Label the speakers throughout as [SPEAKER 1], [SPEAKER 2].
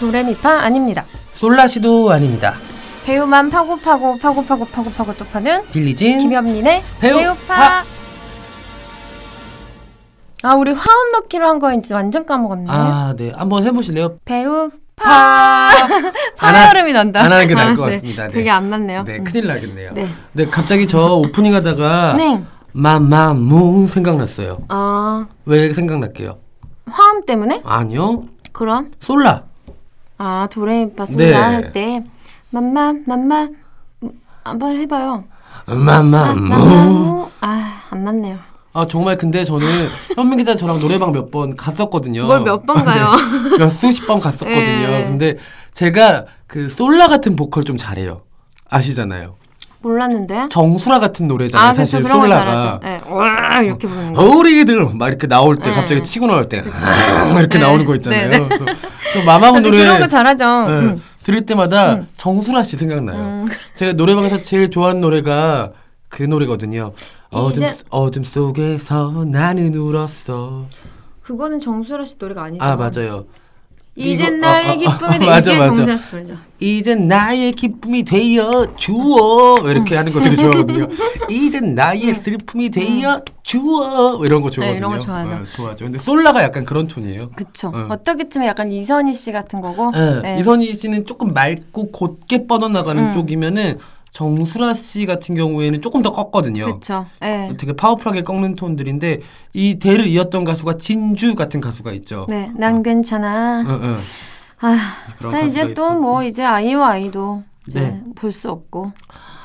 [SPEAKER 1] 도레미파 아닙니다.
[SPEAKER 2] 솔라시도 아닙니다.
[SPEAKER 1] 배우만 파고 파고 파고 파고 파고 파고 또 파는
[SPEAKER 2] 빌리진
[SPEAKER 1] 김현민의
[SPEAKER 2] 배우파.
[SPEAKER 1] 배우파. 아 우리 화음 넣기로 한 거인지 완전 까먹었네.
[SPEAKER 2] 아, 네. 한번 해보실래요?
[SPEAKER 1] 배우파
[SPEAKER 2] 파! 안 하-
[SPEAKER 1] 파열음이 난다.
[SPEAKER 2] 안 하는 게 나을
[SPEAKER 1] 아,
[SPEAKER 2] 것
[SPEAKER 1] 네.
[SPEAKER 2] 같습니다. 네.
[SPEAKER 1] 그게 안 맞네요.
[SPEAKER 2] 네,
[SPEAKER 1] 음.
[SPEAKER 2] 큰일 나겠네요.
[SPEAKER 1] 네.
[SPEAKER 2] 근데 갑자기 저 오프닝 하다가
[SPEAKER 1] 네.
[SPEAKER 2] 마마무 생각났어요.
[SPEAKER 1] 아
[SPEAKER 2] 왜 생각날게요?
[SPEAKER 1] 화음 때문에?
[SPEAKER 2] 아니요.
[SPEAKER 1] 그럼
[SPEAKER 2] 솔라.
[SPEAKER 1] 아 도레미파 솔라
[SPEAKER 2] 네.
[SPEAKER 1] 할 때 맘마 맘마 음, 한번 해봐요. 아,
[SPEAKER 2] 마마무.
[SPEAKER 1] 아안 맞네요.
[SPEAKER 2] 아, 정말 근데 저는 현민 기자 저랑 노래방 몇 번 갔었거든요.
[SPEAKER 1] 뭘 몇 번 가요?
[SPEAKER 2] 몇 수십 번 갔었거든요.
[SPEAKER 1] 예.
[SPEAKER 2] 근데 제가 그 솔라 같은 보컬 좀 잘해요. 아시잖아요.
[SPEAKER 1] 몰랐는데.
[SPEAKER 2] 정수라 같은 노래잖아요.
[SPEAKER 1] 아 그렇죠
[SPEAKER 2] 사실
[SPEAKER 1] 그런 거
[SPEAKER 2] 솔라가. 어,
[SPEAKER 1] 잘하죠. 네. 와 이렇게 부르는 거.
[SPEAKER 2] 어우리들 막 이렇게 나올 때
[SPEAKER 1] 네.
[SPEAKER 2] 갑자기 치고 나올 때 이렇게
[SPEAKER 1] 네.
[SPEAKER 2] 나오는 거 있잖아요.
[SPEAKER 1] 네, 네.
[SPEAKER 2] 그래서 저 마마무
[SPEAKER 1] 그래서
[SPEAKER 2] 노래
[SPEAKER 1] 그런 거 잘하죠.
[SPEAKER 2] 네,
[SPEAKER 1] 음.
[SPEAKER 2] 들을 때마다 정수라 씨 생각나요.
[SPEAKER 1] 음.
[SPEAKER 2] 제가 노래방에서 제일 좋아하는 노래가 그 노래거든요. 어둠,
[SPEAKER 1] 이제-
[SPEAKER 2] 어둠 속에서 나는 울었어.
[SPEAKER 1] 그거는 정수라 씨 노래가 아니죠.
[SPEAKER 2] 아 맞아요.
[SPEAKER 1] 이젠
[SPEAKER 2] 이거-
[SPEAKER 1] 나의
[SPEAKER 2] 어, 어,
[SPEAKER 1] 기쁨이 돼.
[SPEAKER 2] 어, 맞아,
[SPEAKER 1] 이게
[SPEAKER 2] 맞아.
[SPEAKER 1] 정수라 씨 노래죠.
[SPEAKER 2] 이젠 나의 기쁨이 되어 주어 이렇게 하는 거 되게 좋아하거든요. 이젠 나의 슬픔이 되어 주어 이런 거 좋아하거든요.
[SPEAKER 1] 음. 네, 이런 거 좋아하죠.
[SPEAKER 2] 어, 좋아하죠. 근데 솔라가 약간 그런 톤이에요.
[SPEAKER 1] 그쵸.
[SPEAKER 2] 어.
[SPEAKER 1] 어떻게 치면 약간 이선희 씨 같은 거고.
[SPEAKER 2] 예,
[SPEAKER 1] 네.
[SPEAKER 2] 이선희 씨는 조금 맑고 곧게 뻗어나가는
[SPEAKER 1] 음.
[SPEAKER 2] 쪽이면은 정수라 씨 같은 경우에는 조금 더 꺾거든요.
[SPEAKER 1] 그쵸. 네.
[SPEAKER 2] 되게 파워풀하게 꺾는 톤들인데 이 대를 이었던 가수가 진주 같은 가수가 있죠.
[SPEAKER 1] 네. 난 괜찮아.
[SPEAKER 2] 응, 응.
[SPEAKER 1] 아,
[SPEAKER 2] 그런
[SPEAKER 1] 자
[SPEAKER 2] 가수가
[SPEAKER 1] 이제 또
[SPEAKER 2] 있었고.
[SPEAKER 1] 뭐 이제 아이와 아이도 이제
[SPEAKER 2] 네.
[SPEAKER 1] 볼 수 없고.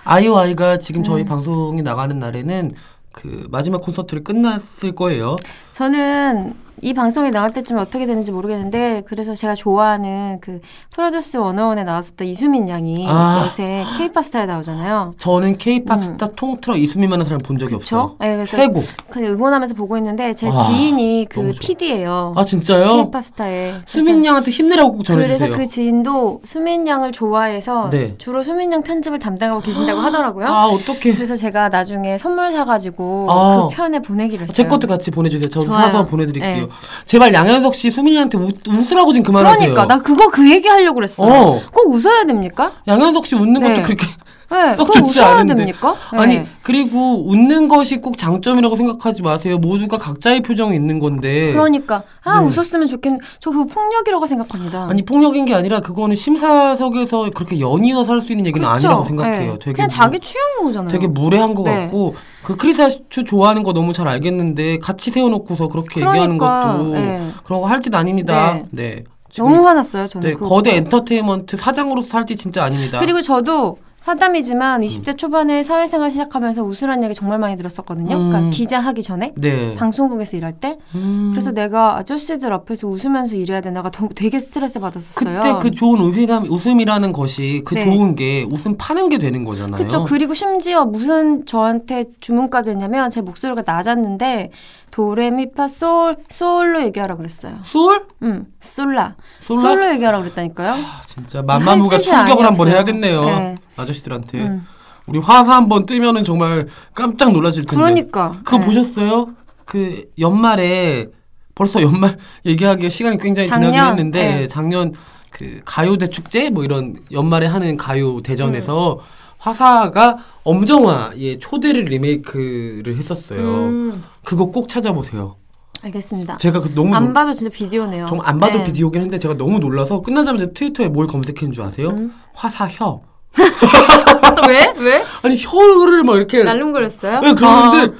[SPEAKER 2] 아이오아이가 지금 저희
[SPEAKER 1] 음.
[SPEAKER 2] 방송이 나가는 날에는 그 마지막 콘서트를 끝났을 거예요.
[SPEAKER 1] 저는 이 방송이 나갈 때쯤 어떻게 되는지 모르겠는데 그래서 제가 좋아하는 그 프로듀스 101에 나왔었던 이수민 양이
[SPEAKER 2] 아.
[SPEAKER 1] 요새 케이팝 스타에 나오잖아요.
[SPEAKER 2] 저는 케이팝
[SPEAKER 1] 음.
[SPEAKER 2] 스타 통틀어 이수민만한 사람 본 적이
[SPEAKER 1] 그쵸?
[SPEAKER 2] 없어.
[SPEAKER 1] 네, 그래서
[SPEAKER 2] 최고.
[SPEAKER 1] 그 응원하면서 보고 있는데 제
[SPEAKER 2] 와,
[SPEAKER 1] 지인이 그
[SPEAKER 2] 너무 좋아.
[SPEAKER 1] PD예요.
[SPEAKER 2] 아 진짜요?
[SPEAKER 1] 케이팝 스타에.
[SPEAKER 2] 수민 양한테 힘내라고 꼭 전해주세요.
[SPEAKER 1] 그래서 그 지인도 수민 양을 좋아해서
[SPEAKER 2] 네.
[SPEAKER 1] 주로 수민 양 편집을 담당하고 계신다고 하더라고요.
[SPEAKER 2] 아 어떻게?
[SPEAKER 1] 그래서 제가 나중에 선물 사가지고
[SPEAKER 2] 아.
[SPEAKER 1] 그 편에 보내기로 했어요.
[SPEAKER 2] 제 것도 같이 보내주세요. 저
[SPEAKER 1] 좋아요.
[SPEAKER 2] 사서 보내드릴게요.
[SPEAKER 1] 네.
[SPEAKER 2] 제발 양현석 씨 수민이한테 웃, 웃으라고 지금 그만하세요.
[SPEAKER 1] 그러니까 나 그거 그 얘기 하려고 그랬어.
[SPEAKER 2] 어.
[SPEAKER 1] 요꼭 웃어야 됩니까?
[SPEAKER 2] 양현석 씨 웃는
[SPEAKER 1] 네.
[SPEAKER 2] 것도 그렇게
[SPEAKER 1] 네,
[SPEAKER 2] 썩
[SPEAKER 1] 꼭
[SPEAKER 2] 좋지
[SPEAKER 1] 웃어야
[SPEAKER 2] 않은데.
[SPEAKER 1] 됩니까? 네.
[SPEAKER 2] 아니 그리고 웃는 것이 꼭 장점이라고 생각하지 마세요. 모두가 각자의 표정이 있는 건데.
[SPEAKER 1] 그러니까 아
[SPEAKER 2] 네.
[SPEAKER 1] 웃었으면 좋겠는. 저 그거 폭력이라고 생각합니다.
[SPEAKER 2] 아니 폭력인 게 아니라 그거는 심사석에서 그렇게 연이어서 할 수 있는
[SPEAKER 1] 그쵸?
[SPEAKER 2] 얘기는 아니라고 생각해요.
[SPEAKER 1] 네.
[SPEAKER 2] 되게
[SPEAKER 1] 그냥
[SPEAKER 2] 무-
[SPEAKER 1] 자기 취향인 거잖아요.
[SPEAKER 2] 되게 뭐 무례한 것
[SPEAKER 1] 네.
[SPEAKER 2] 같고 그 크리사슈 좋아하는 거 너무 잘 알겠는데 같이 세워놓고서 그렇게 얘기하는
[SPEAKER 1] 그러니까,
[SPEAKER 2] 것도
[SPEAKER 1] 네.
[SPEAKER 2] 그런 거 할 짓 아닙니다. 네. 지금
[SPEAKER 1] 너무 화났어요 저는.
[SPEAKER 2] 네,
[SPEAKER 1] 그거.
[SPEAKER 2] 거대 엔터테인먼트 사장으로서 할 짓 진짜 음. 아닙니다.
[SPEAKER 1] 그리고 저도 사담이지만 20대 초반에 사회생활 시작하면서 웃으란 얘기 정말 많이 들었었거든요.
[SPEAKER 2] 음.
[SPEAKER 1] 그러니까 기자 하기 전에
[SPEAKER 2] 네.
[SPEAKER 1] 방송국에서 일할 때
[SPEAKER 2] 음.
[SPEAKER 1] 그래서 내가 아저씨들 앞에서 웃으면서 일해야 되나가 더- 되게 스트레스 받았었어요.
[SPEAKER 2] 그때 그 좋은 웃음, 웃음이라는 것이 그
[SPEAKER 1] 네.
[SPEAKER 2] 좋은 게 웃음 파는 게 되는 거잖아요.
[SPEAKER 1] 그쵸. 그리고 심지어 무슨 저한테 주문까지 했냐면 제 목소리가 낮았는데 도레미파 솔 솔로 얘기하라 그랬어요.
[SPEAKER 2] 솔?
[SPEAKER 1] 음 솔라
[SPEAKER 2] 솔라?
[SPEAKER 1] 솔로 얘기하라 그랬다니까요.
[SPEAKER 2] 아, 진짜 맘마무가
[SPEAKER 1] 할 짓이
[SPEAKER 2] 충격을 한번
[SPEAKER 1] 아니었어요.
[SPEAKER 2] 해야겠네요.
[SPEAKER 1] 네.
[SPEAKER 2] 아저씨들한테.
[SPEAKER 1] 음,
[SPEAKER 2] 우리 화사 한번 뜨면은 정말 깜짝 놀라실 텐데.
[SPEAKER 1] 그러니까
[SPEAKER 2] 그거
[SPEAKER 1] 네.
[SPEAKER 2] 보셨어요? 그 연말에 벌써 연말 얘기하기에 시간이 굉장히 지나긴
[SPEAKER 1] 작년,
[SPEAKER 2] 했는데
[SPEAKER 1] 네.
[SPEAKER 2] 작년 그 가요대 축제 뭐 이런 연말에 하는 가요 대전에서
[SPEAKER 1] 음.
[SPEAKER 2] 화사가 엄정화의 초대를 리메이크를 했었어요.
[SPEAKER 1] 음,
[SPEAKER 2] 그거 꼭 찾아보세요.
[SPEAKER 1] 알겠습니다.
[SPEAKER 2] 제가 그 너무
[SPEAKER 1] 안 봐도 진짜 비디오네요.
[SPEAKER 2] 정말 안 봐도
[SPEAKER 1] 네.
[SPEAKER 2] 비디오긴 한데 제가 너무 놀라서 끝나자마자 트위터에 뭘 검색했는 줄 아세요?
[SPEAKER 1] 음.
[SPEAKER 2] 화사 혀.
[SPEAKER 1] 아, 왜? 왜?
[SPEAKER 2] 아니 혀를 막 이렇게
[SPEAKER 1] 날름거렸어요?
[SPEAKER 2] 네,
[SPEAKER 1] 아,
[SPEAKER 2] 그러는데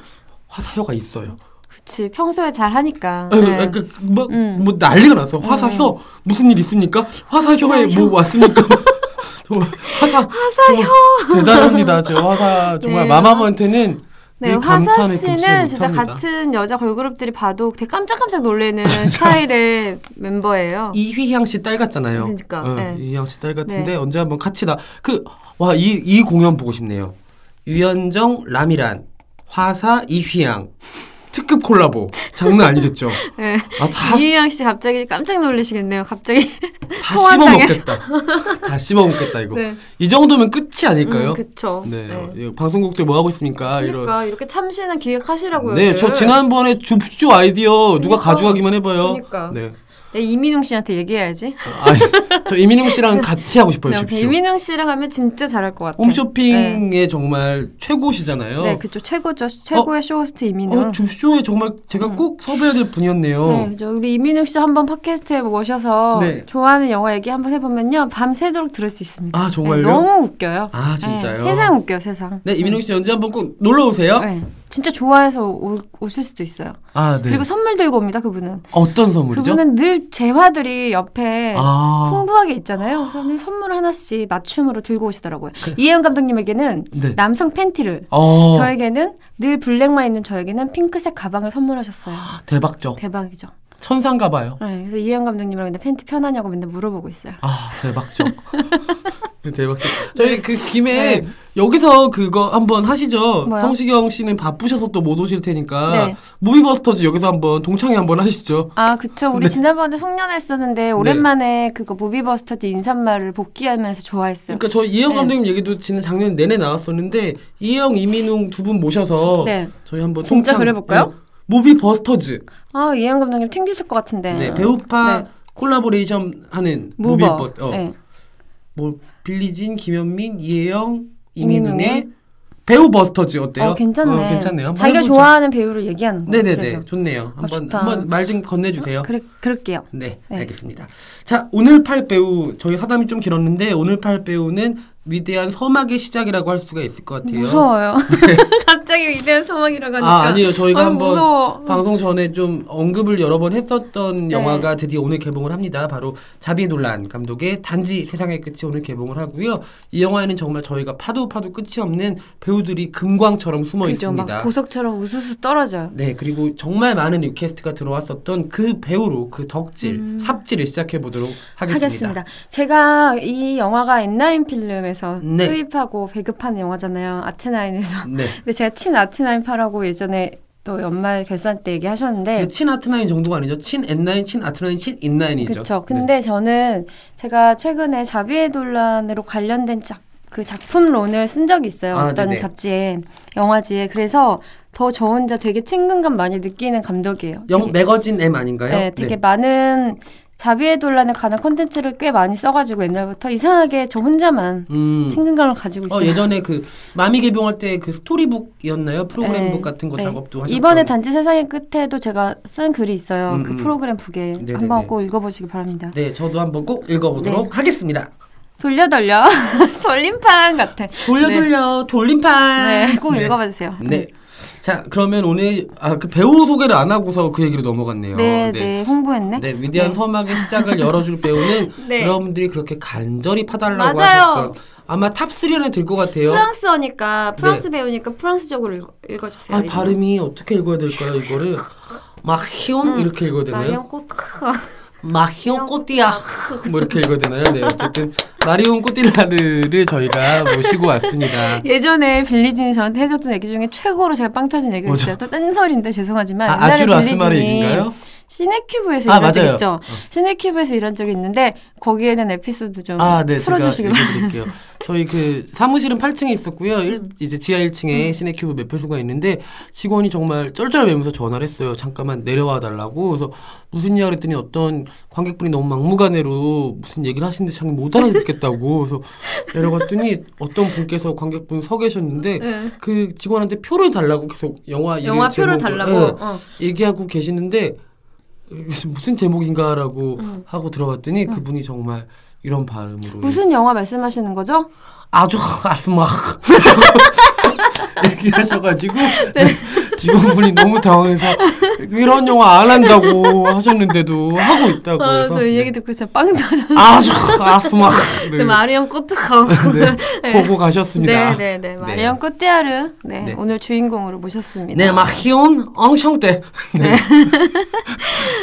[SPEAKER 2] 화사혀가 있어요.
[SPEAKER 1] 그치. 평소에 잘 하니까.
[SPEAKER 2] 아니,
[SPEAKER 1] 네.
[SPEAKER 2] 그러니까 막,
[SPEAKER 1] 음.
[SPEAKER 2] 뭐 난리가 났어. 화사혀 무슨 일 있습니까? 화사혀에 뭐 왔습니까? 정말 화사 화사혀 대단합니다. 제 화사 정말
[SPEAKER 1] 네.
[SPEAKER 2] 마마무한테는
[SPEAKER 1] 네,
[SPEAKER 2] 늘
[SPEAKER 1] 화사
[SPEAKER 2] 그 감탄을 금치
[SPEAKER 1] 씨는 진짜
[SPEAKER 2] 못합니다.
[SPEAKER 1] 같은 여자 걸그룹들이 봐도 되게 깜짝깜짝 놀래는 스타일의 멤버예요.
[SPEAKER 2] 이휘향 씨 딸 같잖아요.
[SPEAKER 1] 어. 그러니까,
[SPEAKER 2] 어,
[SPEAKER 1] 네.
[SPEAKER 2] 이휘향 씨 딸 같은데
[SPEAKER 1] 네.
[SPEAKER 2] 언제 한번 같이 나 그 와 이 이 공연 보고 싶네요. 유연정 라미란 화사 이휘향 특급 콜라보 장난 아니겠죠?
[SPEAKER 1] 네.
[SPEAKER 2] 아다
[SPEAKER 1] 이희양 씨 갑자기 깜짝 놀리시겠네요. 갑자기.
[SPEAKER 2] 다
[SPEAKER 1] 소환
[SPEAKER 2] 씹어 먹겠다. 다 씹어 먹겠다 이거.
[SPEAKER 1] 네.
[SPEAKER 2] 이 정도면 끝이 아닐까요?
[SPEAKER 1] 음, 그쵸.
[SPEAKER 2] 네. 어,
[SPEAKER 1] 네.
[SPEAKER 2] 예, 방송국들 뭐 하고 있습니까?
[SPEAKER 1] 그러니까 이렇게 참신한 기획하시라고요.
[SPEAKER 2] 이런. 네, 저
[SPEAKER 1] 늘.
[SPEAKER 2] 지난번에 줍쇼 아이디어 누가
[SPEAKER 1] 그러니까.
[SPEAKER 2] 가져가기만 해봐요.
[SPEAKER 1] 그러니까.
[SPEAKER 2] 네.
[SPEAKER 1] 내 이민웅 씨한테 얘기해야지.
[SPEAKER 2] 아니, 저 이민웅 씨랑 같이 하고 싶어요,
[SPEAKER 1] 네,
[SPEAKER 2] 줍쇼.
[SPEAKER 1] 이민웅 씨랑 하면 진짜 잘할 것
[SPEAKER 2] 어,
[SPEAKER 1] 같아.
[SPEAKER 2] 홈쇼핑의 정말 최고시잖아요.
[SPEAKER 1] 네, 그쵸 최고죠. 최고의 쇼호스트 이민웅.
[SPEAKER 2] 어, 줍쇼에 정말 제가 꼭 섭외해야 될 분이었네요.
[SPEAKER 1] 음. 네, 저 우리 이민욱 씨 한번 팟캐스트에 모셔서
[SPEAKER 2] 어. 네.
[SPEAKER 1] 좋아하는 영화 얘기 한번 해보면요 밤새도록 들을 수 있습니다.
[SPEAKER 2] 아,
[SPEAKER 1] 네,
[SPEAKER 2] 정말요?
[SPEAKER 1] 너무 웃겨요.
[SPEAKER 2] 아, 진짜요?
[SPEAKER 1] 네, 세상 웃겨요, 세상.
[SPEAKER 2] 네, 이민웅 씨 언제 한번 꼭 놀러 오세요.
[SPEAKER 1] 네, 진짜 좋아해서 우- 웃을 수도 있어요.
[SPEAKER 2] 아, 네.
[SPEAKER 1] 그리고 선물 들고 옵니다, 그분은.
[SPEAKER 2] 어떤 선물이죠?
[SPEAKER 1] 그분은 네. 늘 재화들이 옆에
[SPEAKER 2] 아,
[SPEAKER 1] 풍부하게 있잖아요. 그래서 늘 선물 하나씩 맞춤으로 들고 오시더라고요. 이혜영 감독님에게는
[SPEAKER 2] 그 네.
[SPEAKER 1] 남성 팬티를,
[SPEAKER 2] 어,
[SPEAKER 1] 저에게는 늘 블랙만 있는 저에게는 핑크색 가방을 선물하셨어요.
[SPEAKER 2] 아. 대박적.
[SPEAKER 1] 대박이죠.
[SPEAKER 2] 천상가 봐요.
[SPEAKER 1] 네, 그래서 이혜영 감독님이랑 맨날 팬티 편하냐고 맨날 물어보고 있어요.
[SPEAKER 2] 아, 대박적. 네, 대박적. 저희 그 김에 여기서 그거 한번 하시죠.
[SPEAKER 1] 네. 뭐요?
[SPEAKER 2] 성시경 씨는 바쁘셔서 또 못 오실 테니까
[SPEAKER 1] 네.
[SPEAKER 2] 무비버스터즈 여기서 한번 동창회 한번 하시죠.
[SPEAKER 1] 아, 그쵸. 우리
[SPEAKER 2] 네.
[SPEAKER 1] 지난번에 송년회 했었는데 오랜만에 그거 무비버스터즈 인사말을 복귀하면서 좋아했어요.
[SPEAKER 2] 그러니까 저 이영
[SPEAKER 1] 네.
[SPEAKER 2] 감독님 얘기도 지난 작년 내내 나왔었는데 이영 이민웅 두 분 모셔서
[SPEAKER 1] 네.
[SPEAKER 2] 저희 한번
[SPEAKER 1] 진짜
[SPEAKER 2] 통창-
[SPEAKER 1] 그래볼까요?
[SPEAKER 2] 네. 무비버스터즈
[SPEAKER 1] 아, 이혜영 감독님 튕기실 것 같은데.
[SPEAKER 2] 네, 배우파
[SPEAKER 1] 네.
[SPEAKER 2] 콜라보레이션 하는
[SPEAKER 1] 무버.
[SPEAKER 2] 무비버 어.
[SPEAKER 1] 네.
[SPEAKER 2] 뭐 빌리진, 김현민, 이혜영,
[SPEAKER 1] 이민웅의
[SPEAKER 2] 이민웅의 배우 버스터즈 어때요?
[SPEAKER 1] 어, 괜찮네.
[SPEAKER 2] 어, 괜찮네요. 한번
[SPEAKER 1] 자기가
[SPEAKER 2] 해보죠.
[SPEAKER 1] 좋아하는 배우를 얘기하는 거.
[SPEAKER 2] 네네네
[SPEAKER 1] 그래서.
[SPEAKER 2] 좋네요. 한번
[SPEAKER 1] 좋다.
[SPEAKER 2] 한번 말 좀 건네주세요.
[SPEAKER 1] 그래, 그럴게요.
[SPEAKER 2] 네,
[SPEAKER 1] 네.
[SPEAKER 2] 알겠습니다. 자, 오늘 팔 배우 저희 사담이 좀 길었는데 오늘 팔 배우는 위대한 서막의 시작이라고 할 수가 있을 것 같아요.
[SPEAKER 1] 무서워요. 갑자기 위대한 소망이라고 하니까.
[SPEAKER 2] 네. 아 아니요 저희가
[SPEAKER 1] 아유,
[SPEAKER 2] 한번
[SPEAKER 1] 무서워.
[SPEAKER 2] 방송 전에 좀 언급을 여러 번 했었던
[SPEAKER 1] 네.
[SPEAKER 2] 영화가 드디어 오늘 개봉을 합니다. 바로 자비 놀란 감독의 단지 세상의 끝이 오늘 개봉을 하고요. 이 영화에는 정말 저희가 파도 파도 끝이 없는 배우들이 금광처럼 숨어
[SPEAKER 1] 그죠. 막
[SPEAKER 2] 있습니다.
[SPEAKER 1] 보석처럼 우수수 떨어져요.
[SPEAKER 2] 네 그리고 정말 많은 리퀘스트가 들어왔었던 그 배우로 그 덕질 삽질을 시작해 보도록 하겠습니다.
[SPEAKER 1] 음. 하겠습니다. 제가 이 영화가 엔나인 필름에서
[SPEAKER 2] 네.
[SPEAKER 1] 수입하고 배급하는 영화잖아요. 아트나인에서.
[SPEAKER 2] 네.
[SPEAKER 1] 근데 제가 친 아트나인파라고 예전에 또 연말 결산 때 얘기하셨는데
[SPEAKER 2] 근데 그 친 아트나인 정도가 아니죠. 친 N9, 친 아트나인, 친 인나인이죠. 네.
[SPEAKER 1] 그렇죠. 근데 저는 제가 최근에 자비의 논란으로 관련된 작, 그 작품론을 쓴 적이 있어요.
[SPEAKER 2] 아,
[SPEAKER 1] 어떤
[SPEAKER 2] 네네.
[SPEAKER 1] 잡지에 영화지에. 그래서 더 저 혼자 되게 친근감 많이 느끼는 감독이에요.
[SPEAKER 2] 영
[SPEAKER 1] 되게,
[SPEAKER 2] 매거진 M 아닌가요?
[SPEAKER 1] 네, 되게 많은 자비의 논란에 관한 콘텐츠를 꽤 많이 써가지고 옛날부터 이상하게 저 혼자만
[SPEAKER 2] 음.
[SPEAKER 1] 친근감을 가지고 있어요.
[SPEAKER 2] 어 예전에 그 마미 개봉할 때 그 스토리북이었나요 프로그램북
[SPEAKER 1] 네,
[SPEAKER 2] 같은 거
[SPEAKER 1] 네.
[SPEAKER 2] 작업도 하셨던
[SPEAKER 1] 이번에 단지 세상의 끝에도 제가 쓴 글이 있어요.
[SPEAKER 2] 음,
[SPEAKER 1] 그
[SPEAKER 2] 음.
[SPEAKER 1] 프로그램 북에
[SPEAKER 2] 네네네.
[SPEAKER 1] 한번 꼭 읽어보시기 바랍니다.
[SPEAKER 2] 네 저도 한번 꼭 읽어보도록
[SPEAKER 1] 네.
[SPEAKER 2] 하겠습니다
[SPEAKER 1] 돌려 돌려 돌림판 같아.
[SPEAKER 2] 돌려
[SPEAKER 1] 네.
[SPEAKER 2] 돌려 돌림판
[SPEAKER 1] 네, 꼭 읽어봐 주세요.
[SPEAKER 2] 네자 그러면 오늘 아 그 배우 소개를 안 하고서 그 얘기로 넘어갔네요
[SPEAKER 1] 네, 네, 홍보했네.
[SPEAKER 2] 네, 위대한 서막의 시작을 열어줄 배우는
[SPEAKER 1] 네.
[SPEAKER 2] 여러분들이 그렇게 간절히 파달라고
[SPEAKER 1] 맞아요.
[SPEAKER 2] 하셨던 아마 탑 3 안에 들 것 같아요.
[SPEAKER 1] 프랑스어니까 프랑스
[SPEAKER 2] 네.
[SPEAKER 1] 배우니까 프랑스적으로 읽어, 읽어주세요.
[SPEAKER 2] 아, 발음이 어떻게 읽어야 될까요? 이거를 마히온
[SPEAKER 1] 음.
[SPEAKER 2] 이렇게 읽어야 되나요?
[SPEAKER 1] 마리온 꽃.
[SPEAKER 2] 마히온 꼬띠야 뭐 이렇게 읽어야 되나요? 네 어쨌든 마리온 꼬띠라를 저희가 모시고 왔습니다.
[SPEAKER 1] 예전에 빌리진이 저한테 해줬던 얘기 중에 최고로 제가 빵 터진 얘기가
[SPEAKER 2] 뭐죠?
[SPEAKER 1] 있어요. 또 딴설인데 죄송하지만
[SPEAKER 2] 아, 아주르 아스마르 얘기인가요?
[SPEAKER 1] 시네큐브에서
[SPEAKER 2] 아,
[SPEAKER 1] 일한 적
[SPEAKER 2] 맞아요.
[SPEAKER 1] 있죠.
[SPEAKER 2] 어.
[SPEAKER 1] 시네큐브에서 일한 적이 있는데 거기에 대한 에피소드 좀
[SPEAKER 2] 아, 네, 제가
[SPEAKER 1] 풀어주시기 바랍니다.
[SPEAKER 2] 읽어드릴게요. 저희 그 사무실은 8층에 있었고요. 일, 이제 지하
[SPEAKER 1] 음.
[SPEAKER 2] 1층에 시네큐브 매표소가 있는데 직원이 정말 쩔쩔매면서 전화를 했어요. 잠깐만 내려와 달라고. 그래서 무슨 이야기 했더니 어떤 관객분이 너무 막무가내로 무슨 얘기를 하시는데 자기 못 알아듣겠다고. 그래서 내려갔더니 어떤 분께서 관객분 서 계셨는데
[SPEAKER 1] 네.
[SPEAKER 2] 그 직원한테 표를 달라고 계속 영화 이름
[SPEAKER 1] 영화 표를
[SPEAKER 2] 제목을,
[SPEAKER 1] 달라고.
[SPEAKER 2] 네,
[SPEAKER 1] 어.
[SPEAKER 2] 얘기하고 계시는데 무슨 제목인가라고 하고 들어봤더니 그분이 정말 이런 발음으로
[SPEAKER 1] 음. 무슨 영화 말씀하시는 거죠?
[SPEAKER 2] 아주 아스막 얘기하셔가지고 네, 직원분이 너무 당황해서 이런 영화 안 한다고 하셨는데도 하고 있다고
[SPEAKER 1] 아,
[SPEAKER 2] 해서 네.
[SPEAKER 1] 저 이 얘기 듣고 진짜 빵 터졌는데
[SPEAKER 2] 아주 아스막
[SPEAKER 1] 그 마리온 꼬트하고
[SPEAKER 2] 네. 보고 가셨습니다.
[SPEAKER 1] 네. 네네네 마리온 꼬띠아르 네,
[SPEAKER 2] 네.
[SPEAKER 1] 오늘 주인공으로 모셨습니다.
[SPEAKER 2] 네, 막 희온 엉성대.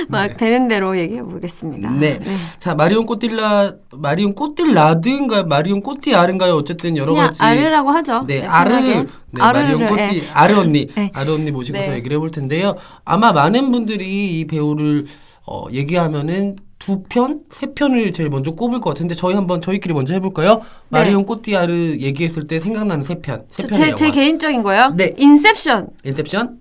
[SPEAKER 1] 막 되는 대로 얘기해 보겠습니다.
[SPEAKER 2] 네. 자, 마리온 꼬til라 마리온 꼬til라든가 마리온 꼬띠아른가요? 어쨌든 여러
[SPEAKER 1] 그냥
[SPEAKER 2] 가지
[SPEAKER 1] 아르라고 하죠.
[SPEAKER 2] 네,
[SPEAKER 1] 편하게.
[SPEAKER 2] 아르, 네, 마리온
[SPEAKER 1] 아르르를
[SPEAKER 2] 꼬띠,
[SPEAKER 1] 예.
[SPEAKER 2] 아르 언니,
[SPEAKER 1] 네.
[SPEAKER 2] 아르 언니 모시고서
[SPEAKER 1] 네.
[SPEAKER 2] 얘기를 해볼 텐데요. 아마 많은 분들이 이 배우를 어, 얘기하면은 두 편, 세 편을 제일 먼저 꼽을 것 같은데 저희 한번 저희끼리 먼저
[SPEAKER 1] 네.
[SPEAKER 2] 해볼까요? 마리온 꼬띠아르 얘기했을 때 생각나는 세 편, 세
[SPEAKER 1] 저-
[SPEAKER 2] 편의
[SPEAKER 1] 제,
[SPEAKER 2] 영화.
[SPEAKER 1] 제 개인적인 거요.
[SPEAKER 2] 네.
[SPEAKER 1] 인셉션.
[SPEAKER 2] 인셉션,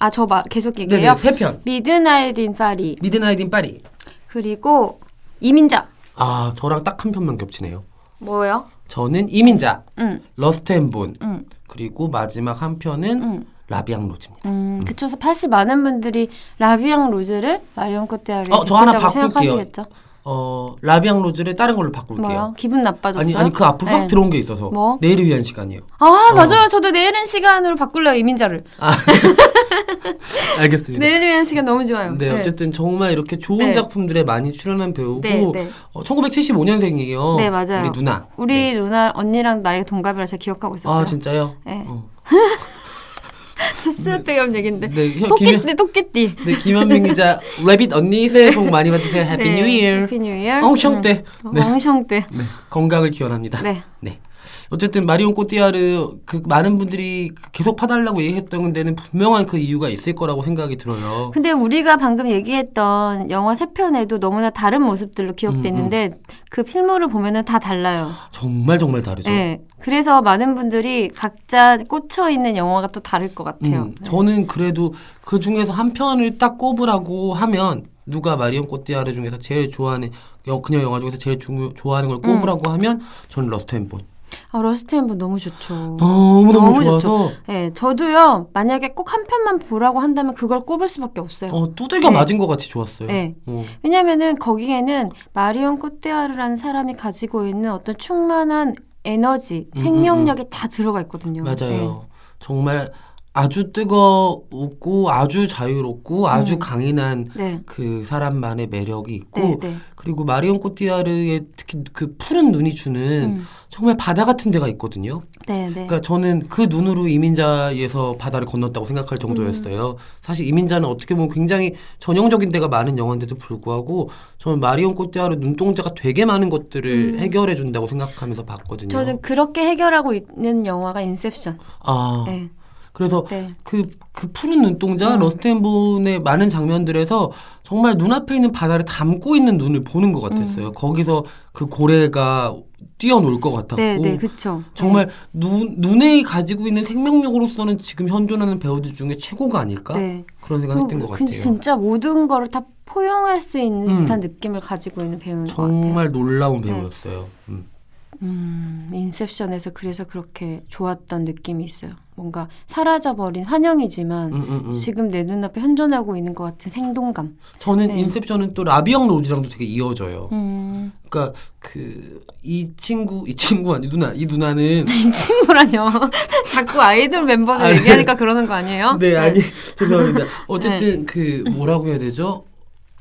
[SPEAKER 1] 아, 저 막 계속
[SPEAKER 2] 네네,
[SPEAKER 1] 얘기해요.
[SPEAKER 2] 세 편.
[SPEAKER 1] 미드나잇 인 파리.
[SPEAKER 2] 미드나잇 인 파리,
[SPEAKER 1] 그리고 이민자
[SPEAKER 2] 아 저랑 딱 한 편만 겹치네요.
[SPEAKER 1] 뭐예요?
[SPEAKER 2] 저는 이민자,
[SPEAKER 1] 응,
[SPEAKER 2] 러스트 앤 본,
[SPEAKER 1] 응,
[SPEAKER 2] 그리고 마지막 한 편은
[SPEAKER 1] 응.
[SPEAKER 2] 라비앙 로즈입니다.
[SPEAKER 1] 음, 그쵸. 그래서 사실 많은 분들이 라비앙 로즈를 마리온코 떼아리
[SPEAKER 2] 어, 저 하나 바꿀게요.
[SPEAKER 1] 네, 생각하시겠죠?
[SPEAKER 2] 어 라비앙 로즈를 다른 걸로 바꿀게요.
[SPEAKER 1] 뭐요? 기분 나빠졌어요?
[SPEAKER 2] 아니 아니 그 앞으로 확
[SPEAKER 1] 네.
[SPEAKER 2] 들어온 어. 게 있어서
[SPEAKER 1] 뭐?
[SPEAKER 2] 내일을 위한 시간이에요.
[SPEAKER 1] 아 맞아요. 저도 내일은 시간으로 바꿀래요 이민자를.
[SPEAKER 2] 알겠습니다.
[SPEAKER 1] 내일은 위한 시간 너무 좋아요.
[SPEAKER 2] 네, 어쨌든 정말 이렇게 좋은
[SPEAKER 1] 네.
[SPEAKER 2] 작품들에 많이 출연한 배우고
[SPEAKER 1] 네, 네.
[SPEAKER 2] 어, 1975년생이에요.
[SPEAKER 1] 네, 맞아요.
[SPEAKER 2] 우리 누나.
[SPEAKER 1] 우리
[SPEAKER 2] 네.
[SPEAKER 1] 누나 언니랑 나이가 동갑이라 제가 기억하고 있었어요.
[SPEAKER 2] 아 진짜요?
[SPEAKER 1] 네.
[SPEAKER 2] 어.
[SPEAKER 1] 쓸데기 없는 얘긴데.
[SPEAKER 2] 네, 혀- 김현,
[SPEAKER 1] 토끼띠 토끼띠.
[SPEAKER 2] 네 김현민 기자, 레빗 언니 새해 복 많이 받으세요. 해피
[SPEAKER 1] 네,
[SPEAKER 2] 뉴 이어.
[SPEAKER 1] 해피 뉴 이어.
[SPEAKER 2] 엉청대. 네.
[SPEAKER 1] 엉성대.
[SPEAKER 2] 네. 건강을 기원합니다.
[SPEAKER 1] 네.
[SPEAKER 2] 네. 어쨌든 마리온 꼬띠아르 그 많은 분들이 계속 파달라고 얘기했던 데는 분명한 그 이유가 있을 거라고 생각이 들어요.
[SPEAKER 1] 근데 우리가 방금 얘기했던 영화 세 편에도 너무나 다른 모습들로 기억되는데
[SPEAKER 2] 음,
[SPEAKER 1] 그 필모를 보면은 다 달라요.
[SPEAKER 2] 정말 정말 다르죠.
[SPEAKER 1] 네. 그래서 많은 분들이 각자 꽂혀 있는 영화가 또 다를 것 같아요.
[SPEAKER 2] 음, 저는 그래도 그 중에서 한 편을 딱 꼽으라고 하면 누가 마리온 꼬띠아르 중에서 제일 좋아하는 여- 그녀 영화 중에서 제일 중- 좋아하는
[SPEAKER 1] 음.
[SPEAKER 2] 걸 꼽으라고 하면 저는 러스트 앤본
[SPEAKER 1] 아, 러스트 앤본 너무 좋죠.
[SPEAKER 2] 어. 너무 너무
[SPEAKER 1] 너무
[SPEAKER 2] 좋아서
[SPEAKER 1] 네, 저도요. 만약에 꼭 한 편만 보라고 한다면 그걸 꼽을 수밖에 없어요.
[SPEAKER 2] 어, 두들겨
[SPEAKER 1] 네.
[SPEAKER 2] 맞은 것 같이 좋았어요.
[SPEAKER 1] 네.
[SPEAKER 2] 어.
[SPEAKER 1] 왜냐면은 거기에는 마리온 코테아르라는 사람이 가지고 있는 어떤 충만한 에너지,
[SPEAKER 2] 음,
[SPEAKER 1] 생명력이 다 들어가 있거든요.
[SPEAKER 2] 맞아요. 정말 아주 뜨거웠고 아주 자유롭고 아주
[SPEAKER 1] 음.
[SPEAKER 2] 강인한
[SPEAKER 1] 네.
[SPEAKER 2] 그 사람만의 매력이 있고
[SPEAKER 1] 네, 네.
[SPEAKER 2] 그리고 마리온 꼬띠아르의 특히 그 푸른 눈이 주는
[SPEAKER 1] 음.
[SPEAKER 2] 정말 바다 같은 데가 있거든요.
[SPEAKER 1] 네, 네.
[SPEAKER 2] 그러니까 저는 그 눈으로 이민자에서 바다를 건넜다고 생각할
[SPEAKER 1] 음.
[SPEAKER 2] 정도였어요. 사실 이민자는 어떻게 보면 굉장히 전형적인 데가 많은 영화인데도 불구하고 저는 마리온 꼬띠아르 눈동자가 되게 많은 것들을
[SPEAKER 1] 음.
[SPEAKER 2] 해결해 준다고 생각하면서 봤거든요.
[SPEAKER 1] 저는 그렇게 해결하고 있는 영화가 인셉션.
[SPEAKER 2] 아
[SPEAKER 1] 네.
[SPEAKER 2] 그래서
[SPEAKER 1] 네.
[SPEAKER 2] 그, 그 푸른 눈동자
[SPEAKER 1] 음.
[SPEAKER 2] 러스트앤본의 많은 장면들에서 정말 눈앞에 있는 바다를 담고 있는 눈을 보는 것
[SPEAKER 1] 음.
[SPEAKER 2] 같았어요. 거기서 그 고래가 뛰어놀 것 같았고
[SPEAKER 1] 네, 네. 그렇죠.
[SPEAKER 2] 정말 눈, 눈에 가지고 있는 생명력으로서는 지금 현존하는 배우들 중에 최고가 아닐까
[SPEAKER 1] 네.
[SPEAKER 2] 그런 생각을 했던 것
[SPEAKER 1] 그-
[SPEAKER 2] 같아요.
[SPEAKER 1] 진짜 모든 거를 다 포용할 수 있는
[SPEAKER 2] 음.
[SPEAKER 1] 듯한 느낌을 가지고 있는 배우인 것 같아요.
[SPEAKER 2] 정말 놀라운
[SPEAKER 1] 네.
[SPEAKER 2] 배우였어요. 음.
[SPEAKER 1] 음, 인셉션에서 그래서 그렇게 좋았던 느낌이 있어요. 뭔가 사라져버린 환영이지만
[SPEAKER 2] 음, 음, 음.
[SPEAKER 1] 지금 내 눈앞에 현존하고 있는 것 같은 생동감.
[SPEAKER 2] 저는
[SPEAKER 1] 네.
[SPEAKER 2] 인셉션은 또 라비앙 로즈랑도 되게 이어져요.
[SPEAKER 1] 음.
[SPEAKER 2] 그러니까 그 이 친구 이 친구 아니 누나 이 누나는
[SPEAKER 1] 이 친구라뇨. 자꾸 아이돌 멤버들
[SPEAKER 2] 아, 네.
[SPEAKER 1] 얘기하니까 그러는 거 아니에요?
[SPEAKER 2] 네, 아니 죄송합니다.
[SPEAKER 1] 네.
[SPEAKER 2] 어쨌든 그 뭐라고 해야 되죠?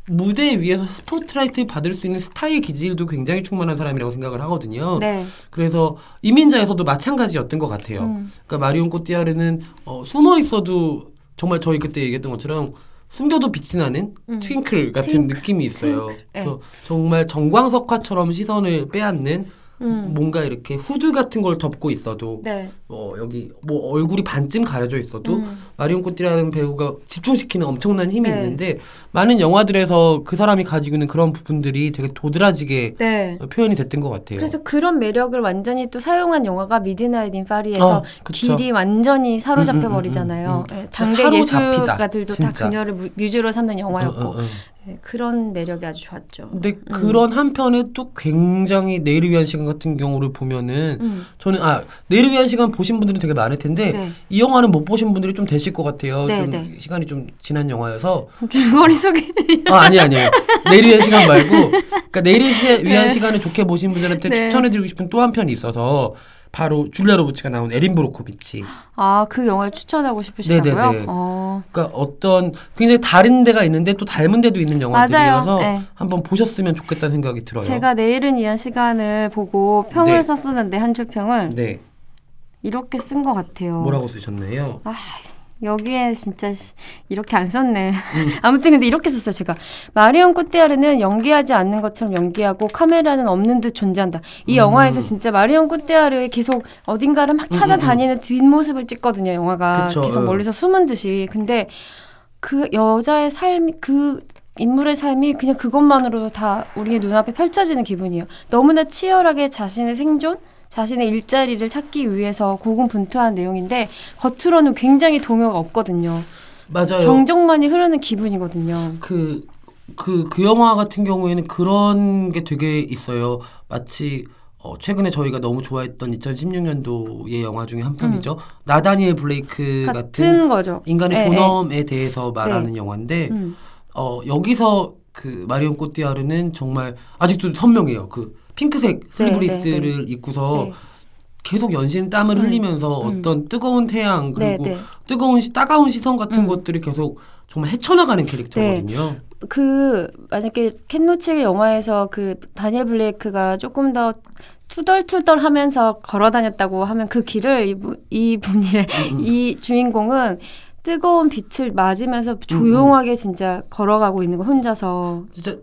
[SPEAKER 2] 무대 위에서 스포트라이트 받을 수 있는 스타의 기질도 굉장히 충만한 사람이라고 생각을 하거든요.
[SPEAKER 1] 네.
[SPEAKER 2] 그래서 이민자에서도 마찬가지였던 것 같아요.
[SPEAKER 1] 음.
[SPEAKER 2] 그러니까 마리온 꼬띠아르는 어, 숨어 있어도 정말 저희 그때 얘기했던 것처럼 숨겨도 빛이 나는
[SPEAKER 1] 음.
[SPEAKER 2] 트윙클 같은
[SPEAKER 1] 트윙클, 네.
[SPEAKER 2] 느낌이 있어요.
[SPEAKER 1] 트윙클.
[SPEAKER 2] 그래서 정말 정광석화처럼 시선을 빼앗는
[SPEAKER 1] 음.
[SPEAKER 2] 뭔가 이렇게 후드 같은 걸 덮고 있어도
[SPEAKER 1] 네.
[SPEAKER 2] 어, 여기 뭐 얼굴이 반쯤 가려져 있어도
[SPEAKER 1] 음.
[SPEAKER 2] 마리온 꼬띠라는 배우가 집중시키는 엄청난 힘이
[SPEAKER 1] 네.
[SPEAKER 2] 있는데 많은 영화들에서 그 사람이 가지고 있는 그런 부분들이 되게 도드라지게
[SPEAKER 1] 네.
[SPEAKER 2] 표현이 됐던 것 같아요.
[SPEAKER 1] 그래서 그런 매력을 완전히 또 사용한 영화가 미드나잇 인 파리에서
[SPEAKER 2] 아, 그쵸.
[SPEAKER 1] 길이 완전히
[SPEAKER 2] 음, 음,
[SPEAKER 1] 사로잡혀
[SPEAKER 2] 음,
[SPEAKER 1] 버리잖아요.
[SPEAKER 2] 음, 음.
[SPEAKER 1] 네, 당대
[SPEAKER 2] 사로잡히다,
[SPEAKER 1] 예술가들도 다
[SPEAKER 2] 진짜.
[SPEAKER 1] 그녀를 무- 뮤즈로 삼는 영화였고
[SPEAKER 2] 어, 네. 어, 어.
[SPEAKER 1] 네, 그런 매력이 아주 좋았죠.
[SPEAKER 2] 근데 그런 한편에 또 굉장히 내일을 위한 시간 같은 경우를 보면은
[SPEAKER 1] 음.
[SPEAKER 2] 저는 아 내일을 위한 시간 보신 분들은 되게 많을 텐데
[SPEAKER 1] 네.
[SPEAKER 2] 이 영화는 못 보신 분들이 좀 되실 것 같아요.
[SPEAKER 1] 네,
[SPEAKER 2] 좀
[SPEAKER 1] 네.
[SPEAKER 2] 시간이 좀 지난 영화여서
[SPEAKER 1] 줄거리 소개.
[SPEAKER 2] 아 아니 아니에요. 내일을 위한 시간 말고 그러니까 내일을 시- 위한 시간을 좋게 보신 분들한테
[SPEAKER 1] 네.
[SPEAKER 2] 추천해드리고 싶은 또 한 편이 있어서 바로 줄리아 로버츠가 나온 에린 브로코비치.
[SPEAKER 1] 아, 그 영화를 추천하고 싶으시다고요?
[SPEAKER 2] 네네네.
[SPEAKER 1] 어.
[SPEAKER 2] 그러니까 어떤 굉장히 다른 데가 있는데 또 닮은 데도 있는 영화들이어서
[SPEAKER 1] 네.
[SPEAKER 2] 한번 보셨으면 좋겠다는 생각이 들어요.
[SPEAKER 1] 제가 내일은 이한 시간을 보고 평을
[SPEAKER 2] 네.
[SPEAKER 1] 썼었는데 한 줄 평을
[SPEAKER 2] 네
[SPEAKER 1] 이렇게 쓴 것 같아요.
[SPEAKER 2] 뭐라고 쓰셨나요?
[SPEAKER 1] 아, 여기에 진짜 씨, 이렇게 안 썼네.
[SPEAKER 2] 음.
[SPEAKER 1] 아무튼 근데 이렇게 썼어요. 제가 마리온 꼬띠아르는 연기하지 않는 것처럼 연기하고 카메라는 없는 듯 존재한다. 이
[SPEAKER 2] 음.
[SPEAKER 1] 영화에서 진짜 마리온 꼬띠아르의 계속 어딘가를 막 찾아다니는 뒷모습을 찍거든요. 영화가
[SPEAKER 2] 그쵸, 예.
[SPEAKER 1] 계속
[SPEAKER 2] 응.
[SPEAKER 1] 멀리서 숨은 듯이. 근데 그 여자의 삶이 그 인물의 삶이 그냥 그것만으로도 다 우리의 눈앞에 펼쳐지는 기분이에요. 너무나 치열하게 자신의 생존, 자신의 일자리를 찾기 위해서 고군분투한 내용인데 겉으로는 굉장히 동요가 없거든요.
[SPEAKER 2] 맞아요.
[SPEAKER 1] 정적만이 흐르는 기분이거든요.
[SPEAKER 2] 그 그, 그 영화 같은 경우에는 그런 게 되게 있어요. 마치 어, 최근에 저희가 너무 좋아했던 2016년도의 영화 중에 한 편이죠. 나다니엘 블레이크
[SPEAKER 1] 음. 같은,
[SPEAKER 2] 그 같은,
[SPEAKER 1] 거죠.
[SPEAKER 2] 인간의
[SPEAKER 1] 예,
[SPEAKER 2] 존엄에 대해서 말하는 영화인데
[SPEAKER 1] 음.
[SPEAKER 2] 어, 여기서 그 마리온 꼬띠아르는 정말 아직도 선명해요. 그 핑크색 슬리브리스를
[SPEAKER 1] 네,
[SPEAKER 2] 입고서
[SPEAKER 1] 네.
[SPEAKER 2] 계속 연신 땀을
[SPEAKER 1] 음,
[SPEAKER 2] 흘리면서
[SPEAKER 1] 음.
[SPEAKER 2] 어떤 뜨거운 태양
[SPEAKER 1] 네,
[SPEAKER 2] 그리고
[SPEAKER 1] 네.
[SPEAKER 2] 뜨거운 시, 따가운 시선 같은
[SPEAKER 1] 음.
[SPEAKER 2] 것들이 계속 정말 헤쳐나가는 캐릭터거든요.
[SPEAKER 1] 그 만약에 캣노츠 영화에서 그 다니엘 블레이크가 조금 더 투덜투덜 하면서 걸어 다녔다고 하면 그 길을 이분, 이분이래.
[SPEAKER 2] 음, 음.
[SPEAKER 1] 이 주인공은 뜨거운 빛을 맞으면서
[SPEAKER 2] 음.
[SPEAKER 1] 조용하게 진짜 걸어가고 있는 거 혼자서.
[SPEAKER 2] 진짜